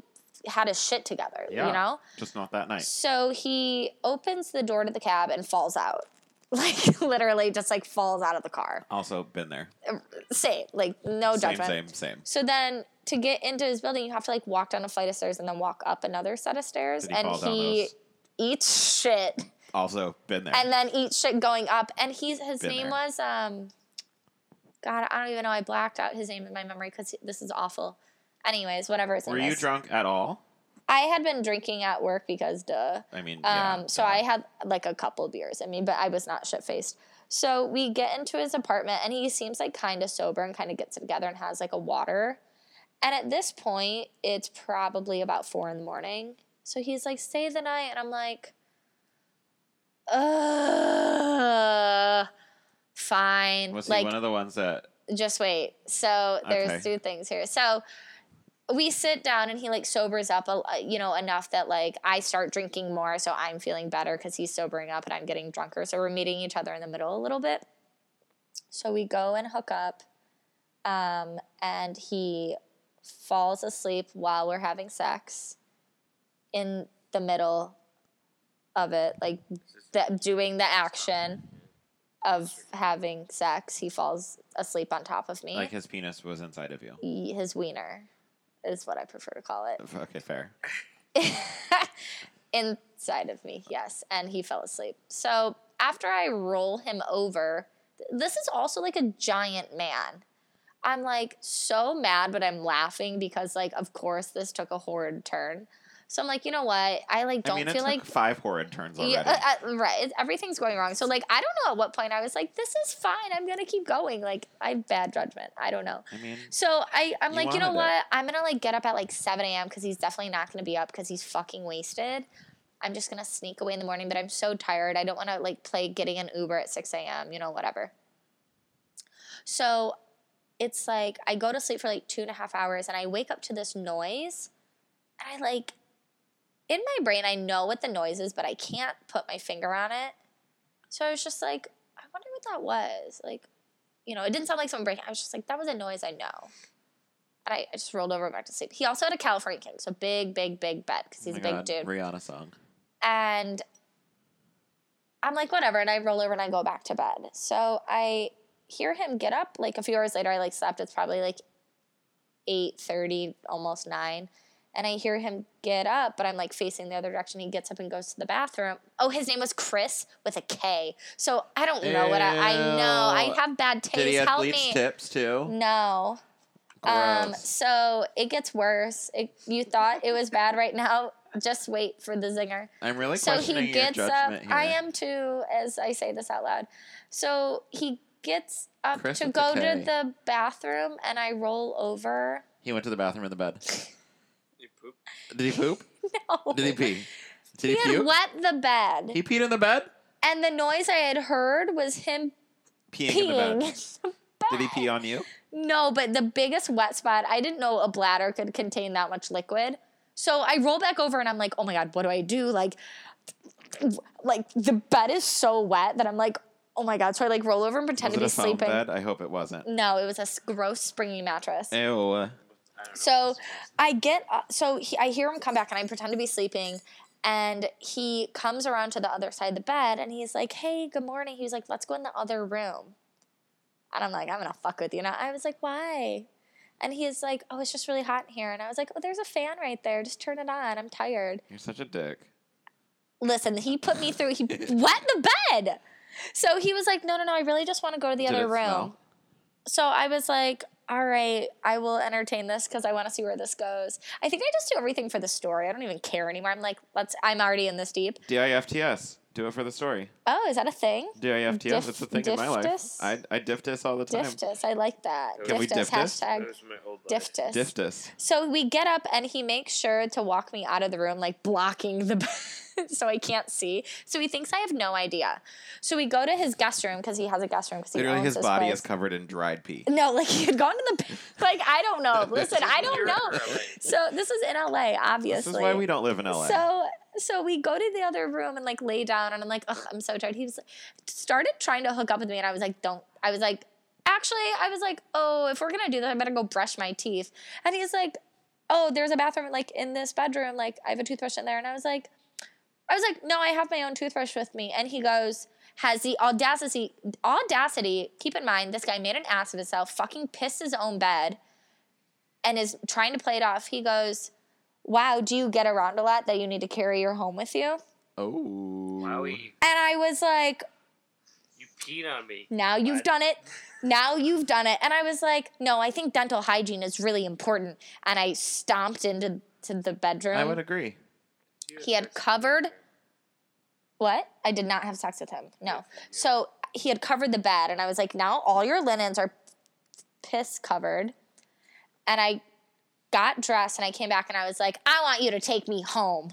[SPEAKER 2] had his shit together,
[SPEAKER 1] Yeah.
[SPEAKER 2] you know?
[SPEAKER 1] Just not that night.
[SPEAKER 2] So he opens the door to the cab and falls out. Like literally just like falls out of the car.
[SPEAKER 1] Also been there.
[SPEAKER 2] Same. Like no
[SPEAKER 1] same,
[SPEAKER 2] judgment.
[SPEAKER 1] same, same.
[SPEAKER 2] So then to get into his building, you have to like walk down a flight of stairs and then walk up another set of stairs.
[SPEAKER 1] Did he
[SPEAKER 2] and
[SPEAKER 1] fall down
[SPEAKER 2] he
[SPEAKER 1] those?
[SPEAKER 2] eats shit.
[SPEAKER 1] Also been there.
[SPEAKER 2] And then eats shit going up. And he's his
[SPEAKER 1] Been
[SPEAKER 2] name
[SPEAKER 1] there.
[SPEAKER 2] was um God, I don't even know. I blacked out his name in my memory because this is awful. Anyways, whatever his
[SPEAKER 1] Were
[SPEAKER 2] name
[SPEAKER 1] you
[SPEAKER 2] is.
[SPEAKER 1] drunk at all?
[SPEAKER 2] I had been drinking at work because duh.
[SPEAKER 1] I mean, yeah,
[SPEAKER 2] Um, so
[SPEAKER 1] duh.
[SPEAKER 2] I had like a couple beers in me, but I was not shit faced. So we get into his apartment and he seems like kind of sober and kind of gets it together and has like a water. And at this point, it's probably about four in the morning. So he's like, stay the night. And I'm like, uh, fine.
[SPEAKER 1] Was
[SPEAKER 2] like,
[SPEAKER 1] he one of the ones that?
[SPEAKER 2] just wait. So there's
[SPEAKER 1] Okay.
[SPEAKER 2] two things here. So we sit down and he like sobers up, a, you know, enough that like I start drinking more, so I'm feeling better because he's sobering up and I'm getting drunker. So we're meeting each other in the middle a little bit. So we go and hook up, um, and he falls asleep while we're having sex in the middle of it, like the, doing the action of having sex. He falls asleep on top of me.
[SPEAKER 1] Like his penis was inside of you.
[SPEAKER 2] He- his wiener is what I prefer to call it.
[SPEAKER 1] Okay, fair.
[SPEAKER 2] inside of me, yes. And he fell asleep. So after I roll him over, th- this is also like a giant man. I'm like so mad, but I'm laughing because, like, of course, this took a horrid turn. So I'm like, you know what? I like don't
[SPEAKER 1] I mean, it
[SPEAKER 2] feel
[SPEAKER 1] took
[SPEAKER 2] like
[SPEAKER 1] five horrid turns already.
[SPEAKER 2] yeah, uh, uh, right. It- Everything's going wrong. So like, I don't know at what point I was like, this is fine. I'm gonna keep going. Like, I have bad judgment. I don't know.
[SPEAKER 1] I mean,
[SPEAKER 2] So I, I'm
[SPEAKER 1] Mm-hmm. You
[SPEAKER 2] like, you know
[SPEAKER 1] wanted
[SPEAKER 2] what?
[SPEAKER 1] it.
[SPEAKER 2] I'm gonna like get up at like 7 a.m. because he's definitely not gonna be up because he's fucking wasted. I'm just gonna sneak away in the morning, but I'm so tired. I don't want to like play getting an Uber at 6 a.m. You know, whatever. So it's like I go to sleep for like two and a half hours, and I wake up to this noise, and I like in my brain I know what the noise is, but I can't put my finger on it. So I was just like, I wonder what that was. Like, you know, it didn't sound like someone breaking. I was just like, that was a noise I know. And I, I just rolled over and back to sleep. He also had a California king, so big, big, big bed because
[SPEAKER 1] oh
[SPEAKER 2] he's
[SPEAKER 1] my
[SPEAKER 2] a big
[SPEAKER 1] God,
[SPEAKER 2] dude
[SPEAKER 1] Rihanna song.
[SPEAKER 2] and I'm like, whatever. And I roll over and I go back to bed. So I hear him get up. Like a few hours later, I like slept. It's probably like eight thirty, almost nine. And I hear him get up, but I'm like facing the other direction. He gets up and goes to the bathroom. Oh, his name was Chris with a K. So I don't know what I, I know. I
[SPEAKER 1] Ew.
[SPEAKER 2] have bad taste.
[SPEAKER 1] Did he have
[SPEAKER 2] Help
[SPEAKER 1] bleach
[SPEAKER 2] me. Mm,
[SPEAKER 1] tips too?
[SPEAKER 2] No. Um,
[SPEAKER 1] Gross.
[SPEAKER 2] so it gets worse. It, you thought it was bad right now. Just wait for the zinger
[SPEAKER 1] I'm really
[SPEAKER 2] um, so
[SPEAKER 1] questioning
[SPEAKER 2] he gets
[SPEAKER 1] your
[SPEAKER 2] up.
[SPEAKER 1] judgment here.
[SPEAKER 2] I am too, as I say this out loud. So he gets up
[SPEAKER 1] Chris
[SPEAKER 2] to
[SPEAKER 1] with the
[SPEAKER 2] go to
[SPEAKER 1] K.
[SPEAKER 2] the bathroom, and I roll over.
[SPEAKER 1] He went to the bathroom in the bed.
[SPEAKER 3] You poop.
[SPEAKER 1] Did he poop?
[SPEAKER 2] No.
[SPEAKER 1] Did he pee? Did he,
[SPEAKER 2] He had
[SPEAKER 1] puke?
[SPEAKER 2] wet the bed,
[SPEAKER 1] He peed in the bed.
[SPEAKER 2] and the noise I had heard was him
[SPEAKER 1] Peeing, in the
[SPEAKER 2] peeing.
[SPEAKER 1] bed. Did he pee on you?
[SPEAKER 2] No, but the biggest wet spot, I didn't know a bladder could contain that much liquid. So I roll back over and I'm like, oh my God, what do I do? Like, like the bed is so wet that I'm like, oh my God. So I like roll over and
[SPEAKER 1] Was
[SPEAKER 2] pretend
[SPEAKER 1] it
[SPEAKER 2] to be
[SPEAKER 1] a foam
[SPEAKER 2] sleeping.
[SPEAKER 1] bed? I hope it wasn't.
[SPEAKER 2] No, it was a s- gross springy mattress.
[SPEAKER 1] Ew.
[SPEAKER 3] I don't know.
[SPEAKER 2] So I get up, so he, I hear him come back and I pretend to be sleeping and he comes around to the other side of the bed and he's like, "Hey, good morning." He was like, "Let's go in the other room." And I'm like, "I'm going to fuck with you now." I was like, "Why?" And he's like, "Oh, it's just really hot in here." And I was like, "Oh, there's a fan right there. Just turn it on. I'm tired."
[SPEAKER 1] You're such a dick.
[SPEAKER 2] Listen, he put me through. He wet the bed. So he was like, "No, no, no. I really just want to go to the
[SPEAKER 1] Did
[SPEAKER 2] other
[SPEAKER 1] it
[SPEAKER 2] room."
[SPEAKER 1] smell?
[SPEAKER 2] so I was like, all right, I will entertain this because I want to see where this goes. I think I just do everything for the story. I don't even care anymore. I'm like, let's. I'm already in this deep.
[SPEAKER 1] D-I-F-T-S. Do it for the story.
[SPEAKER 2] Oh, is that a thing?
[SPEAKER 1] D-I-F-T-S.
[SPEAKER 2] Dif-
[SPEAKER 1] it's a thing in my life.
[SPEAKER 2] diftus?
[SPEAKER 1] I, I diftus all the time.
[SPEAKER 2] Diftus. I like that.
[SPEAKER 1] Can we
[SPEAKER 2] Diftus.
[SPEAKER 1] dip this?
[SPEAKER 2] Hashtag
[SPEAKER 4] That was my old life.
[SPEAKER 2] diftus.
[SPEAKER 1] Diftus.
[SPEAKER 2] So we get up and he makes sure to walk me out of the room, like blocking the bed so I can't see. So he thinks I have no idea. So we go to his guest room because he has a guest room because he
[SPEAKER 1] Literally,
[SPEAKER 2] owns
[SPEAKER 1] his
[SPEAKER 2] this
[SPEAKER 1] body
[SPEAKER 2] place.
[SPEAKER 1] is covered in dried pee.
[SPEAKER 2] No, like he had gone to the like I don't know. Listen, I don't
[SPEAKER 3] You're
[SPEAKER 2] know.
[SPEAKER 3] early.
[SPEAKER 2] So this is in LA,
[SPEAKER 1] This
[SPEAKER 2] obviously.
[SPEAKER 1] is why we don't live in LA.
[SPEAKER 2] So so we go to the other room and like lay down and I'm like, Ugh, I'm so tired. He was started trying to hook up with me and I was like, don't I was like, actually, I was like, oh, if we're gonna do that, I better go brush my teeth. And he's like, Oh, there's a bathroom like in this bedroom, like I have a toothbrush in there. And I was like, I was like, no, I have my own toothbrush with me. And he goes, has the audacity, audacity, keep in mind, this guy made an ass of himself, fucking pissed his own bed, and is trying to play it off. He goes, wow, do you get around a lot that you need to carry your home with you?
[SPEAKER 1] oh.
[SPEAKER 4] Wowie,
[SPEAKER 2] And I was like,
[SPEAKER 4] you peed on me.
[SPEAKER 2] now you've
[SPEAKER 4] Right.
[SPEAKER 2] done it. Now you've done it. And I was like, no, I think dental hygiene is really important. And I stomped into to the bedroom.
[SPEAKER 1] I would agree.
[SPEAKER 4] You
[SPEAKER 2] He had
[SPEAKER 4] sex with
[SPEAKER 2] covered-
[SPEAKER 4] me.
[SPEAKER 2] What? I did not have sex with him. No. So he had covered the bed, and I was like, now all your linens are piss covered. And I got dressed and I came back and I was like, I want you to take me home.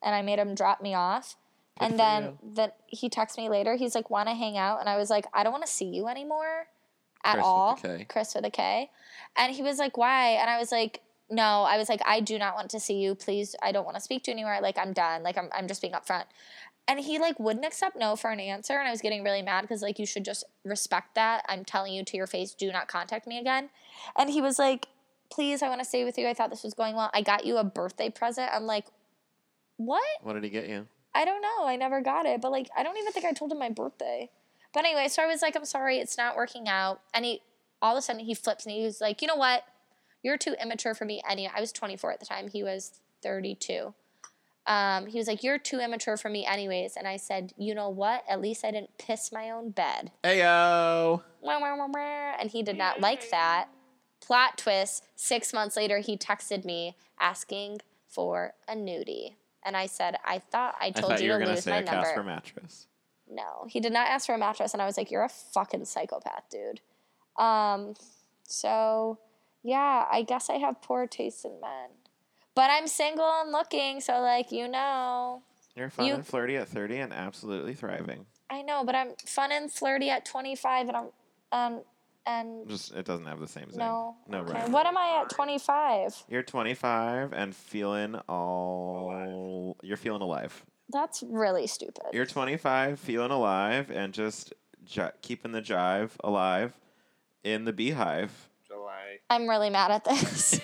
[SPEAKER 2] And I made him drop me off.
[SPEAKER 1] Good
[SPEAKER 2] and
[SPEAKER 1] for
[SPEAKER 2] then
[SPEAKER 1] you.
[SPEAKER 2] the, he texted me later. He's like, want to hang out? And I was like, I don't want to see you anymore at
[SPEAKER 1] Chris with a
[SPEAKER 2] all.
[SPEAKER 1] K.
[SPEAKER 2] Chris with a K. And he was like, why? And I was like, no, I was like, I do not want to see you. Please, I don't want to speak to you anymore. Like, I'm done. Like, I'm, I'm just being upfront. And he like wouldn't accept no for an answer. And I was getting really mad because like, you should just respect that. I'm telling you to your face, do not contact me again. And he was like, please, I want to stay with you. I thought this was going well. I got you a birthday present. I'm like, what?
[SPEAKER 1] What did he get you?
[SPEAKER 2] I don't know. I never got it, but like I don't even think I told him my birthday. But anyway, so I was like, I'm sorry, it's not working out. And he all of a sudden he flips and he was like, you know what? You're too immature for me. Any I was 24 at the time. He was 32. Um, he was like, you're too immature for me, anyways. And I said, you know what? At least I didn't piss my own bed.
[SPEAKER 1] Ayo.
[SPEAKER 2] Wah, wah, wah, wah. And he did not like that. Plot twist. Six months later, he texted me asking for a nudie. And I said, I thought I
[SPEAKER 1] I
[SPEAKER 2] told
[SPEAKER 1] thought
[SPEAKER 2] you,
[SPEAKER 1] you were
[SPEAKER 2] to
[SPEAKER 1] gonna
[SPEAKER 2] lose
[SPEAKER 1] say
[SPEAKER 2] my
[SPEAKER 1] a
[SPEAKER 2] number.
[SPEAKER 1] Casper mattress.
[SPEAKER 2] No, he did not ask for a mattress, and I was like, "You're a fucking psychopath, dude." Um, so yeah, I guess I have poor taste in men, but I'm single and looking, so like you know,
[SPEAKER 1] You're fun
[SPEAKER 2] You-
[SPEAKER 1] and flirty at 30 and absolutely thriving.
[SPEAKER 2] I know, but I'm fun and flirty at 25, and I'm um and
[SPEAKER 1] Just it doesn't have the same thing.
[SPEAKER 2] no,
[SPEAKER 1] No
[SPEAKER 2] okay.
[SPEAKER 1] rhyme.
[SPEAKER 2] What am I at 25?
[SPEAKER 1] You're 25 and feeling all. You're feeling alive.
[SPEAKER 2] That's really stupid.
[SPEAKER 1] You're 25, feeling alive, and just j- keeping the jive alive in the beehive.
[SPEAKER 4] July.
[SPEAKER 2] I'm really mad at this.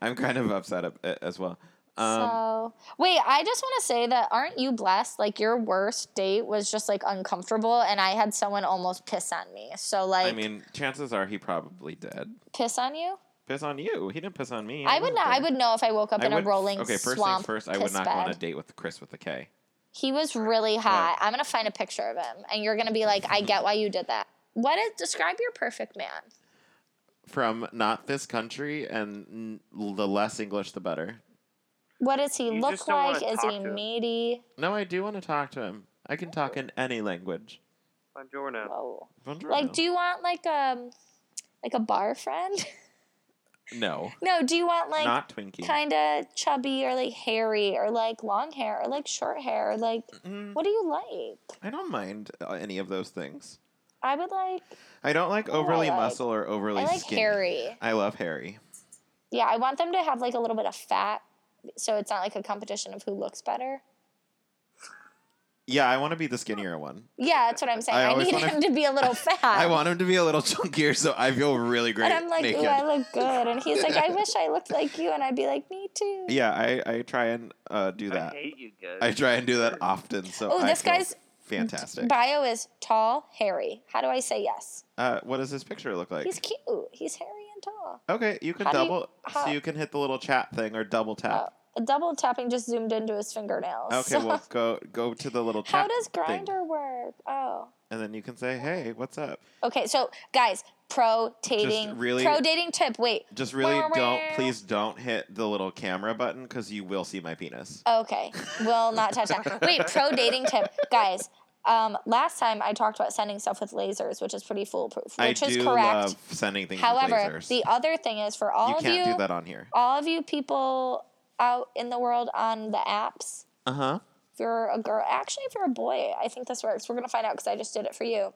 [SPEAKER 1] I'm kind of upset ab- a- as well. Um,
[SPEAKER 2] so wait, I just want to say that aren't you blessed? Like your worst date was just like uncomfortable, and I had someone almost piss on me. So like,
[SPEAKER 1] I mean, chances are he probably did.
[SPEAKER 2] piss on you?
[SPEAKER 1] Piss on you. He didn't piss on me.
[SPEAKER 2] I would not. I would know if I woke up
[SPEAKER 1] I
[SPEAKER 2] in
[SPEAKER 1] would-
[SPEAKER 2] a rolling
[SPEAKER 1] Okay, first things
[SPEAKER 2] swamp.
[SPEAKER 1] first, I would
[SPEAKER 2] piss
[SPEAKER 1] not
[SPEAKER 2] bed.
[SPEAKER 1] go on a date with Chris with a K.
[SPEAKER 2] He was really hot. I'm gonna find a picture of him, and you're gonna be like, I get why you did that. What is describe your perfect man?
[SPEAKER 1] From not this country, and n- the less English, the better.
[SPEAKER 2] What does he
[SPEAKER 4] You
[SPEAKER 2] look
[SPEAKER 4] just don't wanna
[SPEAKER 2] like? Is
[SPEAKER 4] talk
[SPEAKER 2] he
[SPEAKER 4] to him.
[SPEAKER 2] meaty?
[SPEAKER 1] No, I do want to talk to him. I can talk in any language.
[SPEAKER 4] Buongiorno.
[SPEAKER 2] Whoa.
[SPEAKER 1] Buongiorno.
[SPEAKER 2] Like, do you want like um like a bar friend?
[SPEAKER 1] no,
[SPEAKER 2] no, do you want like
[SPEAKER 1] not Twinkie.
[SPEAKER 2] kind of chubby or like hairy or like long hair or like short hair or like
[SPEAKER 1] Mm,
[SPEAKER 2] what do you like?
[SPEAKER 1] I don't mind uh, any of those things.
[SPEAKER 2] I would like
[SPEAKER 1] I don't like
[SPEAKER 2] do I
[SPEAKER 1] overly
[SPEAKER 2] like?
[SPEAKER 1] muscle or overly
[SPEAKER 2] I like
[SPEAKER 1] skinny.
[SPEAKER 2] hairy.
[SPEAKER 1] I love hairy.
[SPEAKER 2] Yeah, I want them to have like a little bit of fat, so it's not like a competition of who looks better.
[SPEAKER 1] Yeah, I want to be the skinnier one.
[SPEAKER 2] Yeah, that's what I'm saying.
[SPEAKER 1] I
[SPEAKER 2] I,
[SPEAKER 1] always
[SPEAKER 2] need
[SPEAKER 1] wanna-
[SPEAKER 2] him to be a little fat.
[SPEAKER 1] I want him to be a little chunkier, so I feel really great
[SPEAKER 2] and I'm like,
[SPEAKER 1] naked.
[SPEAKER 2] ooh, I look good. And he's like, I wish I looked like you. And I'd be like, me too.
[SPEAKER 1] yeah, I, I try and uh, do
[SPEAKER 4] I
[SPEAKER 1] that.
[SPEAKER 4] hate you guys.
[SPEAKER 1] I try and do that often, so
[SPEAKER 2] Oh,
[SPEAKER 1] I
[SPEAKER 2] this
[SPEAKER 1] feel
[SPEAKER 2] guy's
[SPEAKER 1] fantastic.
[SPEAKER 2] bio is tall, hairy. How do I say yes?
[SPEAKER 1] Uh, what does this picture look like?
[SPEAKER 2] He's cute. He's hairy and tall.
[SPEAKER 1] Okay, you can
[SPEAKER 2] How do you-
[SPEAKER 1] double, so
[SPEAKER 2] how-
[SPEAKER 1] you can hit the little chat thing or double tap.
[SPEAKER 2] Oh, double tapping just zoomed into his fingernails.
[SPEAKER 1] Okay,
[SPEAKER 2] So-
[SPEAKER 1] well go go to the little
[SPEAKER 2] How
[SPEAKER 1] chat
[SPEAKER 2] does
[SPEAKER 1] thing,
[SPEAKER 2] grinder work? Oh.
[SPEAKER 1] and then you can say, "Hey, what's up?"
[SPEAKER 2] Okay, so guys, pro dating
[SPEAKER 1] really-
[SPEAKER 2] pro dating tip. Wait.
[SPEAKER 1] Just really
[SPEAKER 2] Wow,
[SPEAKER 1] don't,
[SPEAKER 2] wow.
[SPEAKER 1] please don't hit the little camera button because you will see my penis.
[SPEAKER 2] Okay. Will not touch that. Wait, pro dating tip. Guys, um, last time I talked about sending stuff with lasers, which is pretty foolproof,
[SPEAKER 1] I
[SPEAKER 2] which
[SPEAKER 1] do
[SPEAKER 2] is correct.
[SPEAKER 1] love sending things
[SPEAKER 2] However,
[SPEAKER 1] with lasers.
[SPEAKER 2] the other thing is for all
[SPEAKER 1] you
[SPEAKER 2] of
[SPEAKER 1] can't
[SPEAKER 2] you
[SPEAKER 1] do that on here.
[SPEAKER 2] all of you people out in the world on the apps,
[SPEAKER 1] Uh huh.
[SPEAKER 2] if you're a girl, actually, if you're a boy, I think this works. We're gonna find out because I just did it for you.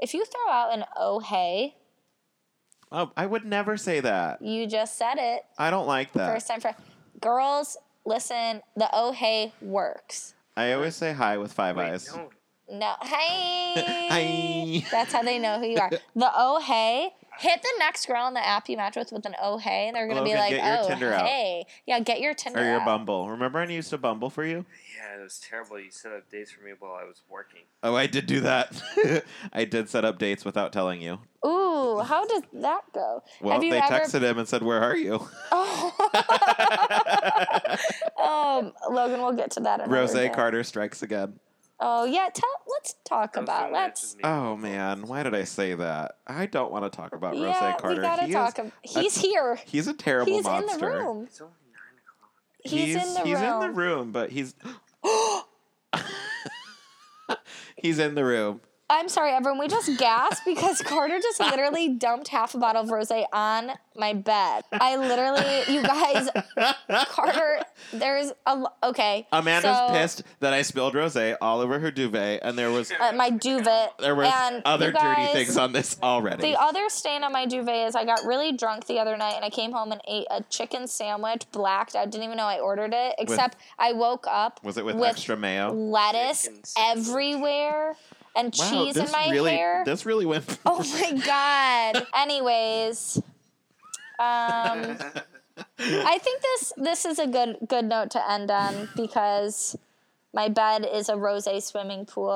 [SPEAKER 2] If you throw out an oh hey,
[SPEAKER 1] Oh, I would never say that.
[SPEAKER 2] you just said it
[SPEAKER 1] I don't like that.
[SPEAKER 2] first time for girls. Listen, the oh hey works.
[SPEAKER 1] I always say hi with five
[SPEAKER 4] Wait,
[SPEAKER 1] eyes.
[SPEAKER 4] no.
[SPEAKER 2] No, hey,
[SPEAKER 1] Hi.
[SPEAKER 2] that's how they know who you are. The oh hey, hit the next girl on the app you match with with an oh hey, and they're gonna be
[SPEAKER 1] Logan,
[SPEAKER 2] like,
[SPEAKER 1] get your
[SPEAKER 2] oh
[SPEAKER 1] Tinder out.
[SPEAKER 2] hey, yeah, get your Tinder
[SPEAKER 1] Or your
[SPEAKER 2] out.
[SPEAKER 1] Bumble. Remember when I used to Bumble for you?
[SPEAKER 4] Yeah, it was terrible. You set up dates for me while I was working.
[SPEAKER 1] Oh, I did do that. I did set up dates without telling you.
[SPEAKER 2] Ooh, how did that go?
[SPEAKER 1] Well,
[SPEAKER 2] Have you
[SPEAKER 1] they
[SPEAKER 2] ever?
[SPEAKER 1] texted him and said, "Where are you?"
[SPEAKER 2] um, Logan, we'll get to that. another
[SPEAKER 1] Rose
[SPEAKER 2] day.
[SPEAKER 1] Carter strikes again.
[SPEAKER 2] Oh yeah, tell. Let's talk
[SPEAKER 4] That was
[SPEAKER 2] about.
[SPEAKER 4] so nice
[SPEAKER 2] Let's.
[SPEAKER 4] of me.
[SPEAKER 1] Oh man, why did I say that? I don't want to talk about
[SPEAKER 2] Yeah,
[SPEAKER 1] Rose Carter.
[SPEAKER 2] we gotta
[SPEAKER 1] He
[SPEAKER 2] talk.
[SPEAKER 1] Is,
[SPEAKER 2] ab- he's here.
[SPEAKER 1] he's a terrible
[SPEAKER 2] He's
[SPEAKER 1] monster.
[SPEAKER 2] in the room.
[SPEAKER 4] It's only nine o'clock.
[SPEAKER 2] He's, in the
[SPEAKER 1] he's
[SPEAKER 2] room.
[SPEAKER 1] in the room, but he's he's in the room.
[SPEAKER 2] I'm sorry, everyone. We just gasped because Carter just literally dumped half a bottle of rosé on my bed. I literally, you guys, Carter, there's a lo- okay.
[SPEAKER 1] Amanda's
[SPEAKER 2] so,
[SPEAKER 1] pissed that I spilled rosé all over her duvet, and there was
[SPEAKER 2] Uh, my duvet.
[SPEAKER 1] there was
[SPEAKER 2] and
[SPEAKER 1] other
[SPEAKER 2] you guys,
[SPEAKER 1] dirty things on this already.
[SPEAKER 2] The other stain on my duvet is I got really drunk the other night and I came home and ate a chicken sandwich, blacked out. Didn't even know I ordered it, except I woke up.
[SPEAKER 1] was it with,
[SPEAKER 2] with
[SPEAKER 1] extra mayo?
[SPEAKER 2] lettuce
[SPEAKER 4] Chicken sandwich.
[SPEAKER 2] everywhere and cheese in my
[SPEAKER 1] really
[SPEAKER 2] hair.
[SPEAKER 1] this really went.
[SPEAKER 2] Oh my god. Anyways, um, I think this this is a good good note to end on because my bed is a rosé swimming pool.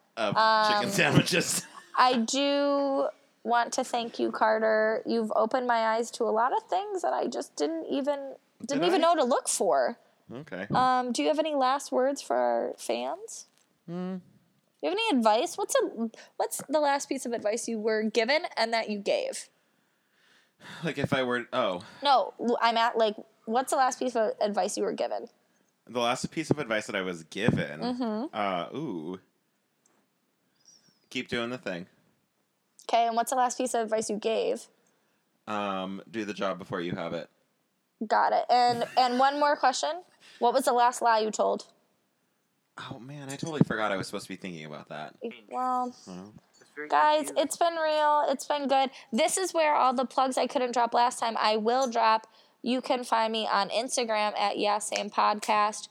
[SPEAKER 1] of
[SPEAKER 2] Um,
[SPEAKER 1] chicken sandwiches.
[SPEAKER 2] I do want to thank you, Carter. You've opened my eyes to a lot of things that I just didn't even didn't
[SPEAKER 1] Did
[SPEAKER 2] even
[SPEAKER 1] I?
[SPEAKER 2] know to look for.
[SPEAKER 1] Okay.
[SPEAKER 2] Um, do you have any last words for our fans?
[SPEAKER 1] Hmm.
[SPEAKER 2] Do you have any advice? What's a, what's the last piece of advice you were given and that you gave?
[SPEAKER 1] like if I were oh,
[SPEAKER 2] No, l- I'm at like, what's the last piece of advice you were given?
[SPEAKER 1] the last piece of advice that I was given.
[SPEAKER 2] Mm-hmm.
[SPEAKER 1] Uh, ooh. Keep doing the thing.
[SPEAKER 2] Okay, and what's the last piece of advice you gave?
[SPEAKER 1] Um, do the job before you have it.
[SPEAKER 2] Got it. And and one more question. What was the last lie you told?
[SPEAKER 1] Oh man, I totally forgot I was supposed to be thinking about that.
[SPEAKER 2] Well,
[SPEAKER 4] It's very
[SPEAKER 2] guys,
[SPEAKER 4] confusing.
[SPEAKER 2] it's been real. It's been good. This is where all the plugs I couldn't drop last time I will drop. You can find me on Instagram at Yeah Same Podcast.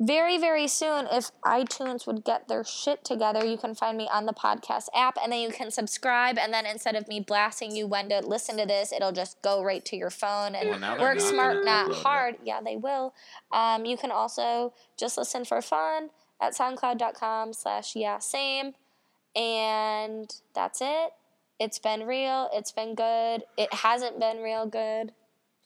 [SPEAKER 2] Very, very soon, if iTunes would get their shit together, you can find me on the podcast app and then you can subscribe. And then instead of me blasting you when to listen to this, it'll just go right to your phone and
[SPEAKER 1] Well, now they're
[SPEAKER 2] work
[SPEAKER 1] not
[SPEAKER 2] smart,
[SPEAKER 1] gonna
[SPEAKER 2] not
[SPEAKER 1] upload it.
[SPEAKER 2] hard. Yeah, they will. Um, you can also just listen for fun at soundcloud.com slash yeah same. And that's it. It's been real. It's been good. It hasn't been real good.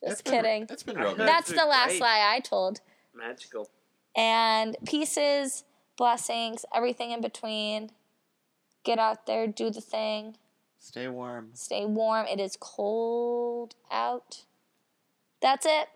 [SPEAKER 2] Just
[SPEAKER 1] It's been-
[SPEAKER 2] kidding.
[SPEAKER 1] It's been real good.
[SPEAKER 4] That-
[SPEAKER 2] That's the last
[SPEAKER 4] great.
[SPEAKER 2] lie I told.
[SPEAKER 4] magical.
[SPEAKER 2] And pieces, blessings, everything in between. Get out there, do the thing,
[SPEAKER 1] Stay warm.
[SPEAKER 2] stay warm. It is cold out. That's it.